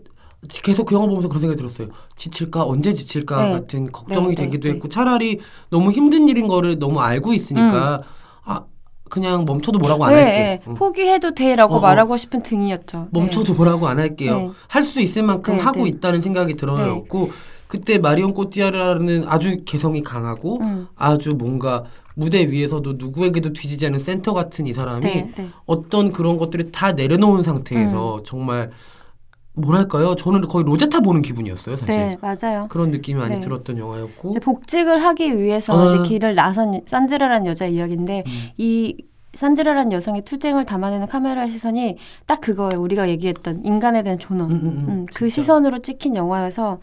[SPEAKER 2] 계속 그 영화 보면서 그런 생각이 들었어요. 지칠까 언제 지칠까
[SPEAKER 1] 네.
[SPEAKER 2] 같은 걱정이
[SPEAKER 1] 네,
[SPEAKER 2] 되기도
[SPEAKER 1] 네,
[SPEAKER 2] 했고 차라리 너무 힘든 일인 거를 너무 알고 있으니까 아 그냥 멈춰도 뭐라고 어, 안
[SPEAKER 1] 음. 예,
[SPEAKER 2] 할게.
[SPEAKER 1] 예.
[SPEAKER 2] 응.
[SPEAKER 1] 포기해도 돼라고
[SPEAKER 2] 어, 어.
[SPEAKER 1] 말하고 싶은 등이었죠.
[SPEAKER 2] 멈춰도 뭐라고 안 할게요.
[SPEAKER 1] 네.
[SPEAKER 2] 할 수 있을 만큼
[SPEAKER 1] 네,
[SPEAKER 2] 하고
[SPEAKER 1] 네.
[SPEAKER 2] 있다는 생각이 들어였고 그때 마리온 꼬티아라는 아주 개성이 강하고
[SPEAKER 1] 예. 음.
[SPEAKER 2] 아주 뭔가 무대 위에서도 누구에게도 뒤지지 않은 센터 같은 이 사람이
[SPEAKER 1] 네, 네.
[SPEAKER 2] 어떤 그런 것들을 다 내려놓은
[SPEAKER 1] 음.
[SPEAKER 2] 상태에서 정말 뭐랄까요? 저는 거의 로제타 보는 기분이었어요, 사실.
[SPEAKER 1] 네, 맞아요.
[SPEAKER 2] 그런 느낌이 많이
[SPEAKER 1] 네.
[SPEAKER 2] 들었던 영화였고
[SPEAKER 1] 이제 복직을 하기 위해서
[SPEAKER 2] 어.
[SPEAKER 1] 이제 길을 나선 산드라라는 여자 이야기인데
[SPEAKER 2] 음.
[SPEAKER 1] 이 산드라라는 여성의 투쟁을 담아내는 카메라 시선이 딱 그거예요. 우리가 얘기했던 인간에 대한 존엄.
[SPEAKER 2] 음, 음, 음,
[SPEAKER 1] 음, 그
[SPEAKER 2] 진짜.
[SPEAKER 1] 시선으로 찍힌 영화여서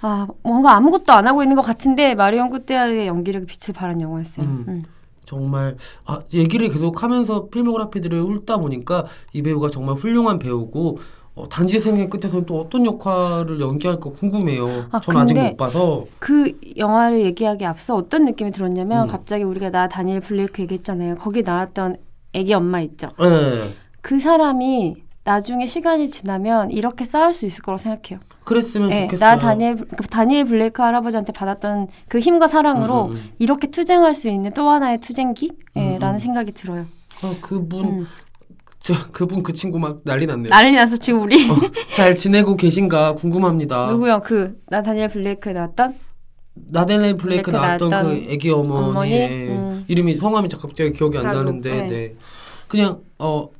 [SPEAKER 1] 아 뭔가 아무것도 안 하고 있는 것 같은데 마리온 꾸테아르의 연기력이 빛을 발한 영화였어요.
[SPEAKER 2] 음.
[SPEAKER 1] 음.
[SPEAKER 2] 정말 아, 얘기를 계속 하면서 필모그래피들을 훑다 보니까 이 배우가 정말 훌륭한 배우고 어, 단지 생애 끝에서는 또 어떤 역할을 연기할까 궁금해요.
[SPEAKER 1] 아,
[SPEAKER 2] 저는 아직
[SPEAKER 1] 근데-
[SPEAKER 2] 못 봐서
[SPEAKER 1] 그 영화를 얘기하기 앞서 어떤 느낌이 들었냐면
[SPEAKER 2] 음.
[SPEAKER 1] 갑자기 우리가 나 다니엘 블레이크 얘기했잖아요. 거기 나왔던 애기 엄마 있죠.
[SPEAKER 2] 예,
[SPEAKER 1] 그 사람이 나중에 시간이 지나면 이렇게 싸울 수 있을 거라고 생각해요.
[SPEAKER 2] 그랬으면
[SPEAKER 1] 예,
[SPEAKER 2] 음, 좋겠어요.
[SPEAKER 1] 나 다니엘 그 다니엘 블레이크 할아버지한테 받았던 그 힘과 사랑으로
[SPEAKER 2] 음, 음,
[SPEAKER 1] 이렇게 투쟁할 수 있는 또 하나의 투쟁기? 예,
[SPEAKER 2] 음, 음.
[SPEAKER 1] 라는 생각이 들어요.
[SPEAKER 2] 음. 아, 그분
[SPEAKER 1] 음. 아.
[SPEAKER 2] 저, 그분 그 친구 막 난리 났네요.
[SPEAKER 1] 난리 나서 지금 우리
[SPEAKER 2] 잘 지내고 계신가 궁금합니다.
[SPEAKER 1] 누구요? 그, 나 다니엘 블레이크에 나왔던?
[SPEAKER 2] 나델레 블레이크
[SPEAKER 1] 블레이크
[SPEAKER 2] 나왔던
[SPEAKER 1] 나왔던
[SPEAKER 2] 그 애기 어머니의
[SPEAKER 1] 어머니? 음.
[SPEAKER 2] 이름이 성함이 자- 갑자기 기억이 안
[SPEAKER 1] 나도,
[SPEAKER 2] 나는데
[SPEAKER 1] 네.
[SPEAKER 2] 네. 그냥 어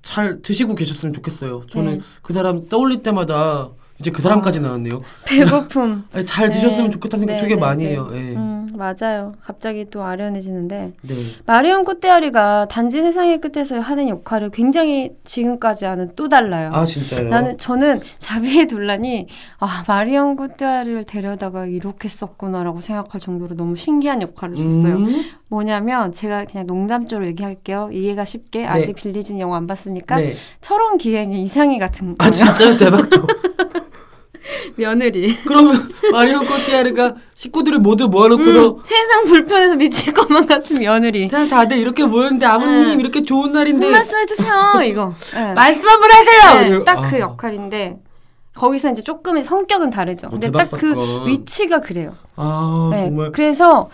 [SPEAKER 2] 잘 드시고 계셨으면 좋겠어요. 저는
[SPEAKER 1] 네.
[SPEAKER 2] 그 사람 떠올릴 때마다 이제 그 사람까지 나왔네요.
[SPEAKER 1] 배고픔.
[SPEAKER 2] 아니, 잘
[SPEAKER 1] 네.
[SPEAKER 2] 드셨으면 좋겠다는 생각
[SPEAKER 1] 네,
[SPEAKER 2] 되게
[SPEAKER 1] 네,
[SPEAKER 2] 많이
[SPEAKER 1] 네.
[SPEAKER 2] 해요. 예.
[SPEAKER 1] 음, 맞아요. 갑자기 또 아련해지는데.
[SPEAKER 2] 네.
[SPEAKER 1] 마리온 꼬떼아리가 단지 세상의 끝에서 하는 역할을 굉장히 지금까지와는 또 달라요.
[SPEAKER 2] 아 진짜요.
[SPEAKER 1] 나는 저는 자비의 논란이 아 마리온 꼬떼아리를 데려다가 이렇게 썼구나라고 생각할 정도로 너무 신기한 역할을 줬어요.
[SPEAKER 2] 음,
[SPEAKER 1] 뭐냐면 제가 그냥 농담조로 얘기할게요. 이해가 쉽게 아직 빌리진 영화 안 봤으니까
[SPEAKER 2] 네.
[SPEAKER 1] 철옹 기행의 이상이 같은
[SPEAKER 2] 아
[SPEAKER 1] 거예요.
[SPEAKER 2] 진짜요 대박.
[SPEAKER 1] 며느리.
[SPEAKER 2] 그러면 마리오 코티아르가 식구들을 모두 모아놓고서
[SPEAKER 1] 음, 세상 불편해서 미칠 것만 같은 며느리.
[SPEAKER 2] 자 다들 이렇게 모였는데 아버님
[SPEAKER 1] 네.
[SPEAKER 2] 이렇게 좋은
[SPEAKER 1] 한
[SPEAKER 2] 날인데
[SPEAKER 1] 말씀 해주세요. 이거. 네.
[SPEAKER 2] 말씀 한번 하세요.
[SPEAKER 1] 네,
[SPEAKER 2] 그리고-
[SPEAKER 1] 딱그
[SPEAKER 2] 아.
[SPEAKER 1] 역할인데 거기서 이제 조금의 성격은 다르죠.
[SPEAKER 2] 어,
[SPEAKER 1] 근데
[SPEAKER 2] 대박
[SPEAKER 1] 딱 그
[SPEAKER 2] 사건.
[SPEAKER 1] 위치가 그래요.
[SPEAKER 2] 아
[SPEAKER 1] 네,
[SPEAKER 2] 정말
[SPEAKER 1] 그래서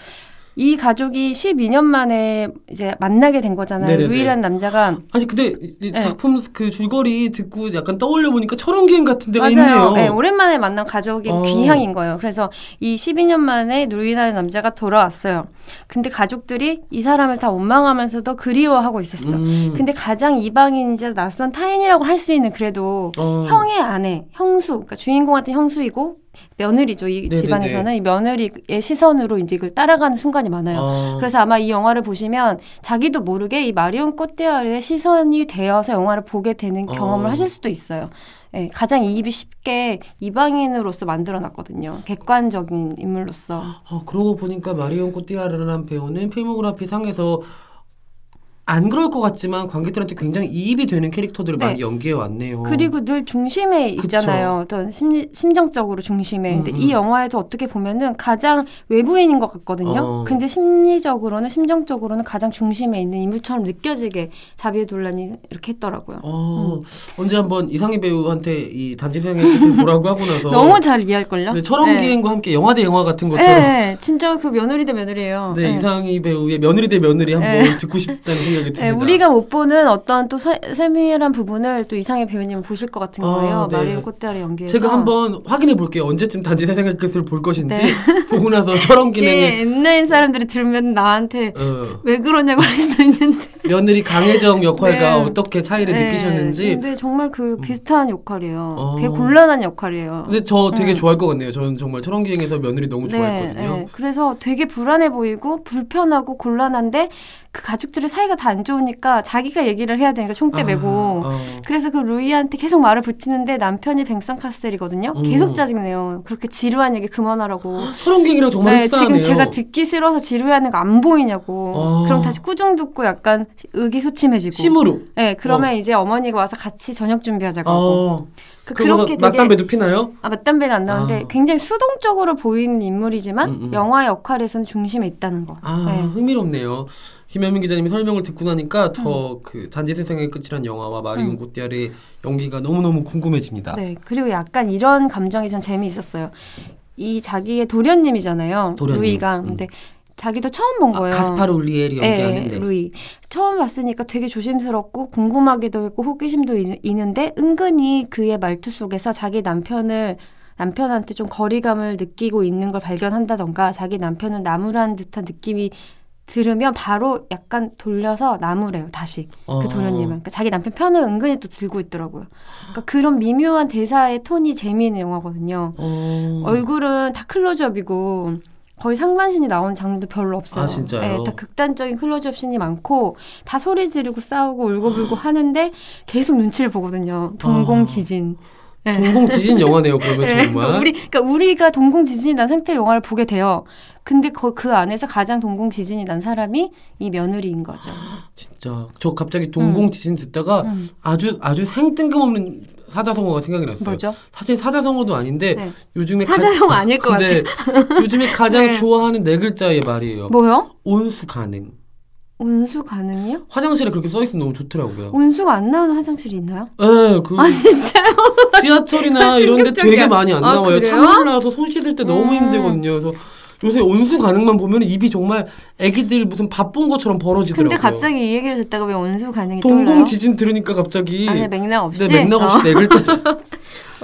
[SPEAKER 1] 이 가족이 12년 만에 이제 만나게 된 거잖아요.
[SPEAKER 2] 네네네.
[SPEAKER 1] 유일한 남자가.
[SPEAKER 2] 아니 근데 이- 이
[SPEAKER 1] 네.
[SPEAKER 2] 작품 그 줄거리 듣고 약간 떠올려 보니까 철옹기행 같은 데가
[SPEAKER 1] 맞아요. 네,
[SPEAKER 2] 있네요.
[SPEAKER 1] 오랜만에 만난 가족이
[SPEAKER 2] 어.
[SPEAKER 1] 귀향인 거예요. 그래서 이 12년 만에 유일한 남자가 돌아왔어요. 근데 가족들이 이 사람을 다 원망하면서도 그리워하고 있었어.
[SPEAKER 2] 음.
[SPEAKER 1] 근데 가장 이방인이자 낯선 타인이라고 할 수 있는 그래도
[SPEAKER 2] 어.
[SPEAKER 1] 형의 아내, 형수, 그러니까 주인공한테 형수이고 며느리죠. 이
[SPEAKER 2] 네네네.
[SPEAKER 1] 집안에서는 이 며느리의 시선으로 이제 이걸 따라가는 순간이 많아요.
[SPEAKER 2] 어.
[SPEAKER 1] 그래서 아마 이 영화를 보시면 자기도 모르게 이 마리온 꼬떼아르의 시선이 되어서 영화를 보게 되는
[SPEAKER 2] 어.
[SPEAKER 1] 경험을 하실 수도 있어요. 예, 가장 이입이 쉽게 이방인으로서 만들어놨거든요. 객관적인 인물로서.
[SPEAKER 2] 어, 그러고 보니까 마리온 코티아르라는 배우는 필모그래피 상에서 안 그럴 것 같지만 관객들한테 굉장히 이입이 되는 캐릭터들을
[SPEAKER 1] 네.
[SPEAKER 2] 많이 연기해 왔네요.
[SPEAKER 1] 그리고 늘 중심에 있잖아요. 어떤 심, 심정적으로 중심에. 근데
[SPEAKER 2] 음, 음.
[SPEAKER 1] 이 영화에도 어떻게 보면은 가장 외부인인 것 같거든요.
[SPEAKER 2] 어.
[SPEAKER 1] 근데 심리적으로는 심정적으로는 가장 중심에 있는 인물처럼 느껴지게 자비의 논란이 이렇게 했더라고요. 음.
[SPEAKER 2] 어, 언제 한번 이상희 배우한테 이 단지생의 끝을 보라고 하고 나서
[SPEAKER 1] 너무 잘 이해할걸요?
[SPEAKER 2] 네, 어. 철옹기행과 함께 영화 대 영화 같은
[SPEAKER 1] 네.
[SPEAKER 2] 것처럼
[SPEAKER 1] 네, 진짜 그 며느리 대 며느리예요.
[SPEAKER 2] 네,
[SPEAKER 1] 네.
[SPEAKER 2] 이상희 배우의 며느리 대 며느리 한번
[SPEAKER 1] 네.
[SPEAKER 2] 듣고 싶다는 생각이 듭니다.
[SPEAKER 1] 네, 우리가 못 보는 어떤 또 세- 세밀한 부분을 또 이상의 배우님은 보실 것 같은
[SPEAKER 2] 아,
[SPEAKER 1] 거예요.
[SPEAKER 2] 네.
[SPEAKER 1] 마리오 꽃다리 연기에서.
[SPEAKER 2] 제가 한번 확인해 볼게요. 언제쯤 단지 세상의 끝을 볼 것인지
[SPEAKER 1] 네.
[SPEAKER 2] 보고
[SPEAKER 1] 예,
[SPEAKER 2] 나서 철옹 기행에
[SPEAKER 1] 이게 옛날 사람들이 들으면 나한테
[SPEAKER 2] 어,
[SPEAKER 1] 왜 그러냐고 할 수도 있는데
[SPEAKER 2] 며느리 강혜정 역할과
[SPEAKER 1] 네.
[SPEAKER 2] 어떻게 차이를
[SPEAKER 1] 네,
[SPEAKER 2] 예, 느끼셨는지. 음.
[SPEAKER 1] 근데 정말 그 비슷한 역할이에요.
[SPEAKER 2] 어.
[SPEAKER 1] 되게 곤란한 역할이에요.
[SPEAKER 2] 근데 저 되게
[SPEAKER 1] 음.
[SPEAKER 2] 좋아할 것 같네요. 저는 정말 철원기행에서 며느리 너무
[SPEAKER 1] 네.
[SPEAKER 2] 좋아했거든요.
[SPEAKER 1] 예. 그래서 되게 불안해 보이고 불편하고 곤란한데 그 가족들의 사이가 다 안 좋으니까 자기가 얘기를 해야 되니까 총대
[SPEAKER 2] 아,
[SPEAKER 1] 메고
[SPEAKER 2] 어.
[SPEAKER 1] 그래서 그 루이한테 계속 말을 붙이는데 남편이 뱅상카스텔이거든요.
[SPEAKER 2] 음.
[SPEAKER 1] 계속 짜증내요. 그렇게 지루한 얘기 그만하라고.
[SPEAKER 2] 철원기행이랑 정말
[SPEAKER 1] 네,
[SPEAKER 2] 흡사하네요.
[SPEAKER 1] 지금 제가 듣기 싫어서 지루해하는 거 안 보이냐고.
[SPEAKER 2] 어.
[SPEAKER 1] 그럼 다시 꾸중 듣고 약간 의기소침해지고.
[SPEAKER 2] 심으로.
[SPEAKER 1] 네, 그러면 이제 어머니가 와서 같이 저녁 준비하자고. 하고.
[SPEAKER 2] 어.
[SPEAKER 1] 그,
[SPEAKER 2] 그래서
[SPEAKER 1] 그렇게 되게
[SPEAKER 2] 맞담배 눕히나요?
[SPEAKER 1] 아, 맞담배는 안 나오는데
[SPEAKER 2] 아.
[SPEAKER 1] 굉장히 수동적으로 보이는 인물이지만
[SPEAKER 2] 음, 음.
[SPEAKER 1] 영화 역할에서는 중심에 있다는 거.
[SPEAKER 2] 아
[SPEAKER 1] 네.
[SPEAKER 2] 흥미롭네요. 김현민 기자님이 설명을 듣고 나니까 더 그 단지 세상의 끝이란 영화와 마리온
[SPEAKER 1] 음.
[SPEAKER 2] 고띠아르의 연기가 너무너무 궁금해집니다.
[SPEAKER 1] 네, 그리고 약간 이런 감정이 전 재미있었어요. 이 자기의 도련님이잖아요.
[SPEAKER 2] 도련님.
[SPEAKER 1] 루이가.
[SPEAKER 2] 음.
[SPEAKER 1] 근데 자기도 처음 본
[SPEAKER 2] 아,
[SPEAKER 1] 거예요.
[SPEAKER 2] 가스파르 울리엘이 연기하는데. 네.
[SPEAKER 1] 예, 루이. 처음 봤으니까 되게 조심스럽고 궁금하기도 했고 호기심도 있- 있는데 은근히 그의 말투 속에서 자기 남편을 남편한테 좀 거리감을 느끼고 있는 걸 발견한다던가 자기 남편을 나무라는 듯한 느낌이 들으면 바로 약간 돌려서 나무래요 다시 그
[SPEAKER 2] 어.
[SPEAKER 1] 도련님은 그러니까 자기 남편 편을 은근히 또 들고 있더라고요 그러니까 그런 미묘한 대사의 톤이 재미있는 영화거든요
[SPEAKER 2] 어.
[SPEAKER 1] 얼굴은 다 클로즈업이고 거의 상반신이 나온 장면도 별로 없어요.
[SPEAKER 2] 아, 진짜요?
[SPEAKER 1] 네, 다 극단적인 클로즈업 씬이 많고 다 소리 지르고 싸우고 울고불고 하는데 계속 눈치를 보거든요.
[SPEAKER 2] 아.
[SPEAKER 1] 동공 지진. 네.
[SPEAKER 2] 동공 지진 영화네요. 그러면
[SPEAKER 1] 네, 그러니까
[SPEAKER 2] 정말.
[SPEAKER 1] 우리 그러니까 우리가 동공 지진이 난 상태 영화를 보게 돼요. 근데 그, 그 안에서 가장 동공 지진이 난 사람이 이 며느리인 거죠.
[SPEAKER 2] 아, 진짜 저 갑자기 동공 지진 듣다가
[SPEAKER 1] 음,
[SPEAKER 2] 아주 아주 생뜬금없는 사자성어가 생각이 났어요.
[SPEAKER 1] 뭐죠?
[SPEAKER 2] 사실 사자성어도 아닌데
[SPEAKER 1] 네.
[SPEAKER 2] 요즘에 가-
[SPEAKER 1] 사자성 아닐 것 같아.
[SPEAKER 2] 근데 요즘에 가장
[SPEAKER 1] 네.
[SPEAKER 2] 좋아하는 네 글자의 말이에요.
[SPEAKER 1] 뭐요?
[SPEAKER 2] 온수 가능.
[SPEAKER 1] 온수 가능이요?
[SPEAKER 2] 화장실에 그렇게 써 있으면 너무 좋더라고요.
[SPEAKER 1] 온수가 안 나오는 화장실이 있나요?
[SPEAKER 2] 예, 그
[SPEAKER 1] 아 진짜요?
[SPEAKER 2] 지하철이나 이런 데 되게
[SPEAKER 1] 충격적이야.
[SPEAKER 2] 많이 안
[SPEAKER 1] 아,
[SPEAKER 2] 나와요.
[SPEAKER 1] 그래요?
[SPEAKER 2] 찬물 나와서 손 씻을 때 너무
[SPEAKER 1] 음.
[SPEAKER 2] 힘들거든요. 그래서 요새 온수 가능만 보면 입이 정말 애기들 무슨 바쁜 것처럼 벌어지더라고요.
[SPEAKER 1] 근데 갑자기 이 얘기를 듣다가 왜 온수 가능이 떠올라요?
[SPEAKER 2] 동공 지진 들으니까 갑자기
[SPEAKER 1] 아, 그냥 맥락 없이.
[SPEAKER 2] 네, 맥락 없이 네 글자
[SPEAKER 1] 어,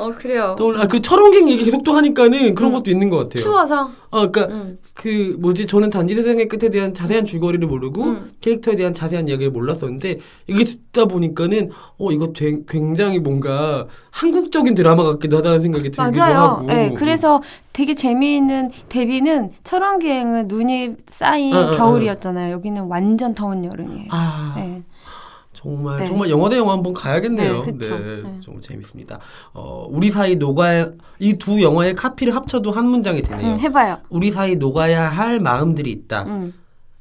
[SPEAKER 1] 어, 그래요.
[SPEAKER 2] 떠올라. 아, 그 철옹갱 얘기 계속 또 하니까는 그런
[SPEAKER 1] 음.
[SPEAKER 2] 것도 있는 것 같아요.
[SPEAKER 1] 추워서.
[SPEAKER 2] 아, 그러니까
[SPEAKER 1] 음.
[SPEAKER 2] 그 뭐지 저는 단지 세상의 끝에 대한 자세한 줄거리를 모르고
[SPEAKER 1] 음.
[SPEAKER 2] 캐릭터에 대한 자세한 이야기를 몰랐었는데 이게 듣다 보니까는 어 이거 되- 굉장히 뭔가 한국적인 드라마 같기도 하다는 생각이 들기도
[SPEAKER 1] 맞아요.
[SPEAKER 2] 하고
[SPEAKER 1] 네, 그래서 되게 재미있는 데뷔는 철원기행은 눈이 쌓인
[SPEAKER 2] 아, 아, 아.
[SPEAKER 1] 겨울이었잖아요. 여기는 완전 더운 여름이에요.
[SPEAKER 2] 아
[SPEAKER 1] 네.
[SPEAKER 2] 정말
[SPEAKER 1] 네.
[SPEAKER 2] 정말 영화 대 영화 한번 가야겠네요.
[SPEAKER 1] 네, 그쵸. 네.
[SPEAKER 2] 정말 재밌습니다. 어 우리 사이 녹아야 이 두 영화의 카피를 합쳐도 한 문장이 되네요. 아,
[SPEAKER 1] 음, 해봐요.
[SPEAKER 2] 우리 사이 녹아야 할 마음들이 있다.
[SPEAKER 1] 음.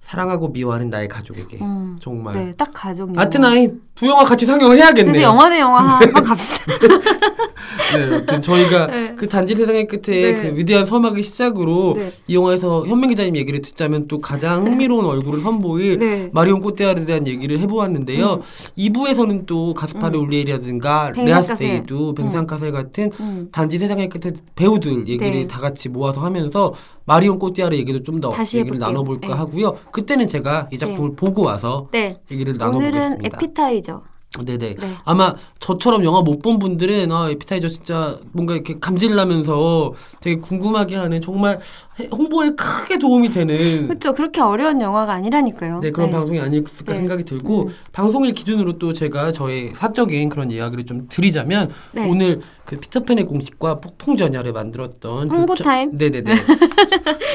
[SPEAKER 2] 사랑하고 미워하는 나의 가족에게
[SPEAKER 1] 음.
[SPEAKER 2] 정말
[SPEAKER 1] 네, 딱 가족. 영화.
[SPEAKER 2] 아트나인 두 영화 같이 상영해야겠네요.
[SPEAKER 1] 그래서 영화 대 영화 한번 갑시다.
[SPEAKER 2] 네, 아무튼 저희가
[SPEAKER 1] 네.
[SPEAKER 2] 그 단지 세상의 끝에
[SPEAKER 1] 네.
[SPEAKER 2] 그 위대한 서막을 시작으로
[SPEAKER 1] 네.
[SPEAKER 2] 이 영화에서 현민 기자님 얘기를 듣자면 또 가장 흥미로운 얼굴을 선보일
[SPEAKER 1] 네. 음.
[SPEAKER 2] 마리온 꼬테아르에 대한 얘기를 해보았는데요. 2부에서는 또 가스파르 울리엘이라든가
[SPEAKER 1] 뱅상카셀.
[SPEAKER 2] 레아스테이두, 뱅상카셀 같은
[SPEAKER 1] 음.
[SPEAKER 2] 단지 세상의 끝에 배우들 얘기를
[SPEAKER 1] 네.
[SPEAKER 2] 다 같이 모아서 하면서 마리온 꼬티아르 얘기도 좀 더
[SPEAKER 1] 다시
[SPEAKER 2] 얘기를
[SPEAKER 1] 해볼게요.
[SPEAKER 2] 나눠볼까
[SPEAKER 1] 네.
[SPEAKER 2] 하고요. 그때는 제가 이 작품을 보고 와서
[SPEAKER 1] 네.
[SPEAKER 2] 얘기를
[SPEAKER 1] 오늘은
[SPEAKER 2] 나눠보겠습니다.
[SPEAKER 1] 에피타이저. 네.
[SPEAKER 2] 네네. 아마 저처럼 영화 못 본 분들은 아, 에피타이저 진짜 뭔가 이렇게 감질나면서 되게 궁금하게 하는 정말 해- 홍보에 크게 도움이 되는
[SPEAKER 1] 그렇죠. 그렇게 어려운 영화가 아니라니까요.
[SPEAKER 2] 네, 그런 방송이 아닐까
[SPEAKER 1] 그렇죠? 네.
[SPEAKER 2] 생각이 들고
[SPEAKER 1] 음.
[SPEAKER 2] 방송일 기준으로 또 제가 저의 사적인 그런 이야기를 좀 드리자면
[SPEAKER 1] 네.
[SPEAKER 2] 오늘 그 피터팬의 공식과 폭풍전야를 만들었던
[SPEAKER 1] 홍보
[SPEAKER 2] 조창-
[SPEAKER 1] 타임?
[SPEAKER 2] 네네네.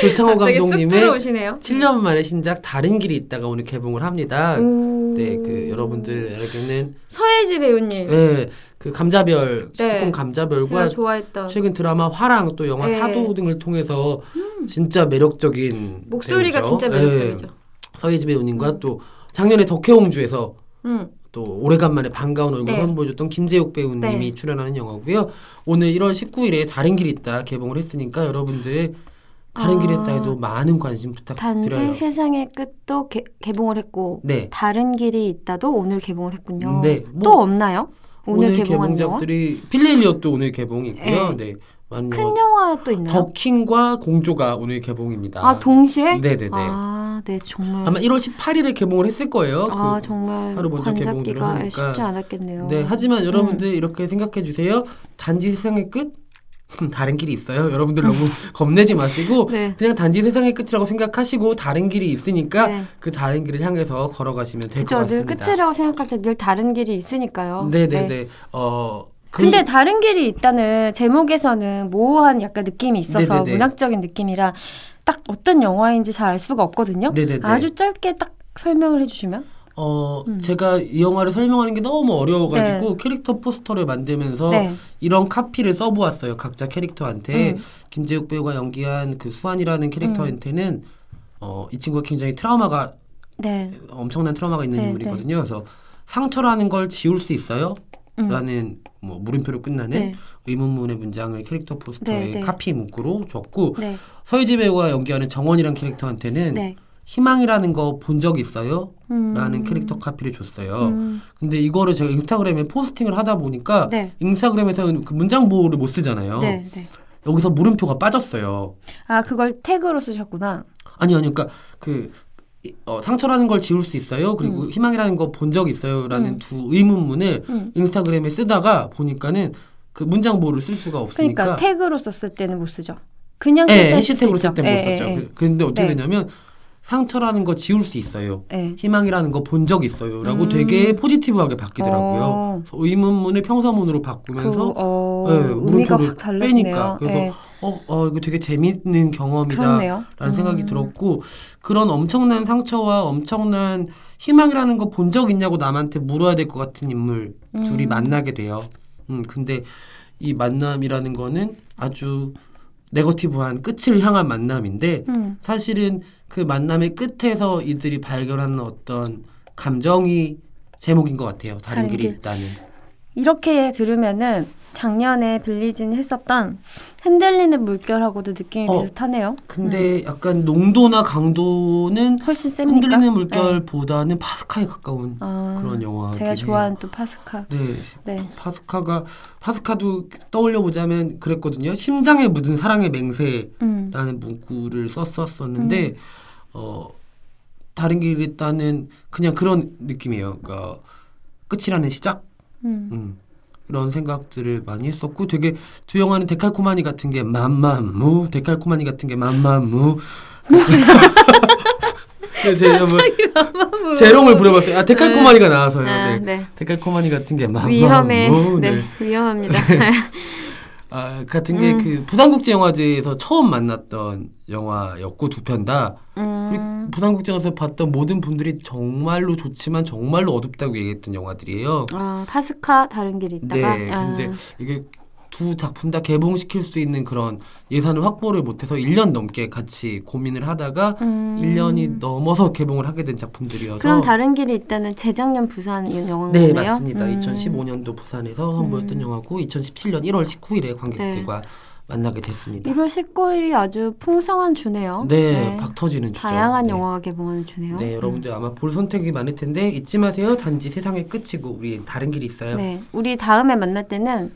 [SPEAKER 2] 조창호
[SPEAKER 1] 갑자기 쑥
[SPEAKER 2] 감독님의
[SPEAKER 1] 들어오시네요.
[SPEAKER 2] 7년 만에 신작 다른 길이 있다가 오늘 개봉을 합니다.
[SPEAKER 1] 오.
[SPEAKER 2] 네, 그 여러분들에게는
[SPEAKER 1] 서예지 배우님.
[SPEAKER 2] 네, 그 감자별
[SPEAKER 1] 네.
[SPEAKER 2] 시트콤
[SPEAKER 1] 제가
[SPEAKER 2] 감자별과
[SPEAKER 1] 좋아했던
[SPEAKER 2] 최근 드라마 화랑 또 영화
[SPEAKER 1] 네. 음.
[SPEAKER 2] 사도 등을 통해서 진짜 매력적인
[SPEAKER 1] 목소리가
[SPEAKER 2] 배우죠.
[SPEAKER 1] 진짜 매력적이죠.
[SPEAKER 2] 네. 서예지 배우님과 또 작년에 덕혜옹주에서
[SPEAKER 1] 음.
[SPEAKER 2] 또 오래간만에 반가운 얼굴
[SPEAKER 1] 네.
[SPEAKER 2] 선보여줬던 김재욱 배우님이
[SPEAKER 1] 네.
[SPEAKER 2] 출연하는 영화고요. 오늘 1월 19일에 다른 길 있다 개봉을 했으니까 여러분들 다른
[SPEAKER 1] 아.
[SPEAKER 2] 길 있다에도 많은 관심 부탁드려요.
[SPEAKER 1] 단지 세상의 끝도 개, 개봉을 했고
[SPEAKER 2] 네.
[SPEAKER 1] 다른 길이 있다도 오늘 개봉을 했군요.
[SPEAKER 2] 네, 뭐
[SPEAKER 1] 또 없나요? 오늘, 개봉한 영화?
[SPEAKER 2] 개봉작들이 뭐 필레일리엇도 오늘 개봉이 있고요. 네. 많은 영화
[SPEAKER 1] 큰 영화 또 있나요?
[SPEAKER 2] 더킹과 공조가 오늘 개봉입니다.
[SPEAKER 1] 아 동시에?
[SPEAKER 2] 네네네.
[SPEAKER 1] 아, 네 정말.
[SPEAKER 2] 아마 1월 18일에 개봉을 했을 거예요.
[SPEAKER 1] 아
[SPEAKER 2] 그-
[SPEAKER 1] 정말
[SPEAKER 2] 하루 먼저 개봉들을 하니까.
[SPEAKER 1] 관잡기가 쉽지 않았겠네요.
[SPEAKER 2] 네, 하지만
[SPEAKER 1] 음.
[SPEAKER 2] 여러분들 이렇게 생각해 주세요. 단지 세상의 끝 음, 다른 길이 있어요. 여러분들 너무 겁내지 마시고
[SPEAKER 1] 네.
[SPEAKER 2] 그냥 단지 세상의 끝이라고 생각하시고 다른 길이 있으니까
[SPEAKER 1] 네.
[SPEAKER 2] 그 다른 길을 향해서 걸어가시면 될 것
[SPEAKER 1] 그죠. 늘
[SPEAKER 2] 같습니다.
[SPEAKER 1] 끝이라고 생각할 때 늘 다른 길이 있으니까요.
[SPEAKER 2] 네네네.
[SPEAKER 1] 네.
[SPEAKER 2] 어. 그-
[SPEAKER 1] 근데 다른 길이 있다는 제목에서는 모호한 약간 느낌이 있어서
[SPEAKER 2] 네네네.
[SPEAKER 1] 문학적인 느낌이라 딱 어떤 영화인지 잘 알 수가 없거든요.
[SPEAKER 2] 네네네.
[SPEAKER 1] 아주 짧게 딱 설명을 해주시면.
[SPEAKER 2] 어,
[SPEAKER 1] 음.
[SPEAKER 2] 제가 이 영화를 설명하는 게 너무 어려워가지고 캐릭터 포스터를 만들면서
[SPEAKER 1] 네.
[SPEAKER 2] 이런 카피를 써보았어요. 각자 캐릭터한테.
[SPEAKER 1] 음.
[SPEAKER 2] 김재욱 배우가 연기한 그 수환이라는 캐릭터한테는
[SPEAKER 1] 음.
[SPEAKER 2] 어, 이 친구가 굉장히 트라우마가
[SPEAKER 1] 네.
[SPEAKER 2] 엄청난 트라우마가 있는
[SPEAKER 1] 네,
[SPEAKER 2] 인물이거든요. 그래서 상처라는 걸 지울 수 있어요?
[SPEAKER 1] 음.
[SPEAKER 2] 라는 뭐 물음표로 끝나는
[SPEAKER 1] 네.
[SPEAKER 2] 의문문의 문장을 캐릭터 포스터에
[SPEAKER 1] 네, 네.
[SPEAKER 2] 카피 문구로 줬고
[SPEAKER 1] 네.
[SPEAKER 2] 서유지 배우가 연기하는 정원이란 캐릭터한테는
[SPEAKER 1] 네.
[SPEAKER 2] 희망이라는 거 본 적 있어요?
[SPEAKER 1] 음.
[SPEAKER 2] 라는 캐릭터 카피를 줬어요.
[SPEAKER 1] 음.
[SPEAKER 2] 근데 이거를 제가 인스타그램에 포스팅을 하다 보니까
[SPEAKER 1] 네.
[SPEAKER 2] 인스타그램에서는 그 문장 보호를 못 쓰잖아요.
[SPEAKER 1] 네. 네.
[SPEAKER 2] 여기서 물음표가 빠졌어요.
[SPEAKER 1] 아 그걸 태그로 쓰셨구나.
[SPEAKER 2] 아니 아니 그러니까 그 이- 어, 상처라는 걸 지울 수 있어요. 그리고 희망이라는 거 본 적 있어요라는
[SPEAKER 1] 음.
[SPEAKER 2] 두 의문문을
[SPEAKER 1] 음.
[SPEAKER 2] 인스타그램에 쓰다가 보니까는 그 문장 보호를 쓸 수가
[SPEAKER 1] 그러니까
[SPEAKER 2] 없으니까
[SPEAKER 1] 태그로 썼을 때는 못 쓰죠. 그냥
[SPEAKER 2] 예,
[SPEAKER 1] 쓸때
[SPEAKER 2] 해시태그로
[SPEAKER 1] 쓰죠.
[SPEAKER 2] 쓸 때 못
[SPEAKER 1] 예,
[SPEAKER 2] 썼죠.
[SPEAKER 1] 예,
[SPEAKER 2] 그- 근데 어떻게
[SPEAKER 1] 네.
[SPEAKER 2] 되냐면 상처라는 거 지울 수 있어요.
[SPEAKER 1] 예. 예.
[SPEAKER 2] 희망이라는 거 본 적 있어요라고
[SPEAKER 1] 음.
[SPEAKER 2] 되게 포지티브하게 바뀌더라고요.
[SPEAKER 1] 어.
[SPEAKER 2] 그래서 의문문을 평서문으로
[SPEAKER 1] 그,
[SPEAKER 2] 바꾸면서
[SPEAKER 1] 어,
[SPEAKER 2] 예,
[SPEAKER 1] 의미가
[SPEAKER 2] 물음표를
[SPEAKER 1] 확 달라지네요.
[SPEAKER 2] 빼니까. 그래서
[SPEAKER 1] 예,
[SPEAKER 2] 어, 어 이거 되게 재밌는 경험이다라는
[SPEAKER 1] 그렇네요.
[SPEAKER 2] 생각이
[SPEAKER 1] 음.
[SPEAKER 2] 들었고 그런 엄청난 상처와 엄청난 희망이라는 거 본 적 있냐고 남한테 물어야 될 것 같은 인물 둘이
[SPEAKER 1] 음.
[SPEAKER 2] 만나게 돼요. 음 근데 이 만남이라는 거는 아주 네거티브한 끝을 향한 만남인데
[SPEAKER 1] 음.
[SPEAKER 2] 사실은 그 만남의 끝에서 이들이 발견하는 어떤 감정이 제목인 것 같아요. 다른,
[SPEAKER 1] 다른
[SPEAKER 2] 길이
[SPEAKER 1] 길. 음.
[SPEAKER 2] 있다는.
[SPEAKER 1] 이렇게 들으면은 작년에 빌리진이 했었던 흔들리는 물결하고도 느낌이
[SPEAKER 2] 어.
[SPEAKER 1] 비슷하네요.
[SPEAKER 2] 근데 약간 농도나 강도는
[SPEAKER 1] 훨씬 셉니까?
[SPEAKER 2] 흔들리는
[SPEAKER 1] 네.
[SPEAKER 2] 물결보다는 파스카에 가까운
[SPEAKER 1] 아,
[SPEAKER 2] 그런 영화.
[SPEAKER 1] 제가 좋아하는 또 파스카.
[SPEAKER 2] 네.
[SPEAKER 1] 네.
[SPEAKER 2] 파스카가 파스카도 떠올려 보자면 그랬거든요. 심장에 묻은 사랑의 맹세라는
[SPEAKER 1] 음.
[SPEAKER 2] 문구를 썼었었는데 어 다른 길이 있다는 그냥 그런 느낌이에요. 그러니까 끝이라는 시작.
[SPEAKER 1] 음.
[SPEAKER 2] 음. 그런 생각들을 많이 했었고 되게 두 영화는 데칼코마니 같은 게 맘마무 데칼코마니 같은 게 맘마무 제가 뭐 재롱을 부려봤어요. 아 데칼코마니가 나와서요.
[SPEAKER 3] 아,
[SPEAKER 2] 네.
[SPEAKER 3] 네.
[SPEAKER 2] 데칼코마니 같은 게 맘마무 네.
[SPEAKER 3] 위험해. 네. 음. 위험합니다.
[SPEAKER 2] 아, 같은 게 그 부산국제영화제에서 처음 만났던 영화였고 두 편 다. 그리고
[SPEAKER 1] 음.
[SPEAKER 2] 부산국제영화제에서 봤던 모든 분들이 정말로 좋지만 정말로 어둡다고 얘기했던 영화들이에요.
[SPEAKER 3] 아, 파스카 다른 길이 있다가.
[SPEAKER 2] 네,
[SPEAKER 3] 아,
[SPEAKER 2] 근데 이게 두 작품 다 개봉시킬 수 있는 그런 예산을 확보를 못해서 1년 넘게 같이 고민을 하다가
[SPEAKER 1] 음.
[SPEAKER 2] 1년이 넘어서 개봉을 하게 된 작품들이어서
[SPEAKER 3] 그럼 다른 길이 있다는 재작년 부산 영화인가요?
[SPEAKER 2] 네 맞습니다.
[SPEAKER 1] 음.
[SPEAKER 2] 2015년도 부산에서 선보였던
[SPEAKER 3] 음. 네.
[SPEAKER 2] 영화고 2017년 1월 19일에 관객들과 만나게 됐습니다.
[SPEAKER 3] 1월 19일이 아주 풍성한 주네요.
[SPEAKER 2] 네, 박 터지는 주죠.
[SPEAKER 3] 다양한
[SPEAKER 2] 네.
[SPEAKER 3] 영화가 개봉하는 주네요. 음.
[SPEAKER 2] 네, 여러분들 아마 볼 선택이 많을 텐데 잊지 마세요. 단지 세상의 끝이고 우리 다른 길이 있어요.
[SPEAKER 3] 네, 우리 다음에 만날 때는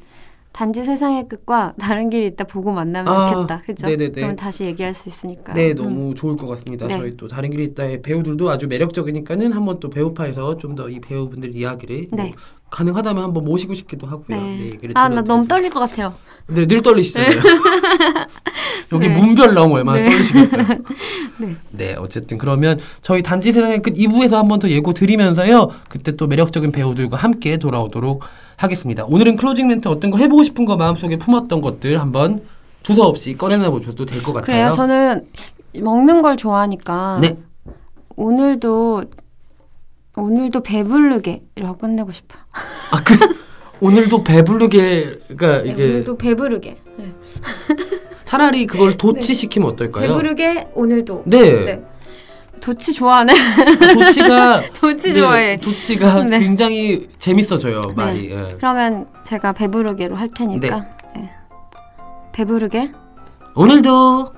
[SPEAKER 3] 단지 세상의 끝과 다른 길이 있다 보고 만나면
[SPEAKER 2] 아,
[SPEAKER 3] 좋겠다. 그죠?
[SPEAKER 2] 네네네.
[SPEAKER 3] 그러면 다시 얘기할 수 있으니까.
[SPEAKER 2] 네,
[SPEAKER 3] 음.
[SPEAKER 2] 너무 좋을 것 같습니다.
[SPEAKER 3] 네.
[SPEAKER 2] 저희 또 다른 길이 있다의 배우들도 아주 매력적이니까는 한번 또 배우파에서 좀 더 이 배우분들 이야기를 뭐
[SPEAKER 3] 네.
[SPEAKER 2] 가능하다면 한번 모시고 싶기도 하고요.
[SPEAKER 3] 네.
[SPEAKER 2] 네, 얘기를
[SPEAKER 3] 아, 나
[SPEAKER 2] 들려드리고.
[SPEAKER 3] 너무 떨릴 것 같아요.
[SPEAKER 2] 네, 늘 떨리시잖아요. 여기
[SPEAKER 3] 네.
[SPEAKER 2] 문별 나오면 얼마나
[SPEAKER 3] 네.
[SPEAKER 2] 떨리시겠어요.
[SPEAKER 3] 네.
[SPEAKER 2] 네, 어쨌든 그러면 저희 단지 세상의 끝 2부에서 한 번 더 예고 드리면서요. 그때 또 매력적인 배우들과 함께 돌아오도록 하겠습니다. 오늘은 클로징 멘트 어떤 거 해보고 싶은 거 마음속에 품었던 것들 한번 두서없이 꺼내놔 보셔도 될 것 같아요.
[SPEAKER 1] 그래요. 저는 먹는 걸 좋아하니까
[SPEAKER 2] 네.
[SPEAKER 1] 오늘도 오늘도 배부르게라고 끝내고 싶어요.
[SPEAKER 2] 아, 그, 오늘도 배부르게가 그러니까
[SPEAKER 1] 네,
[SPEAKER 2] 아, 이게
[SPEAKER 1] 오늘도 배부르게. 네.
[SPEAKER 2] 차라리 그걸 도치시키면 어떨까요?
[SPEAKER 1] 배부르게 오늘도.
[SPEAKER 2] 네.
[SPEAKER 1] 네. 도치 좋아하네.
[SPEAKER 2] 도치가
[SPEAKER 3] 도치
[SPEAKER 2] 네,
[SPEAKER 3] 좋아해.
[SPEAKER 2] 도치가
[SPEAKER 3] 네.
[SPEAKER 2] 굉장히 재밌어져요, 말이. 예.
[SPEAKER 3] 그러면 제가 배부르게로 할 테니까. 네. 배부르게?
[SPEAKER 2] 오늘도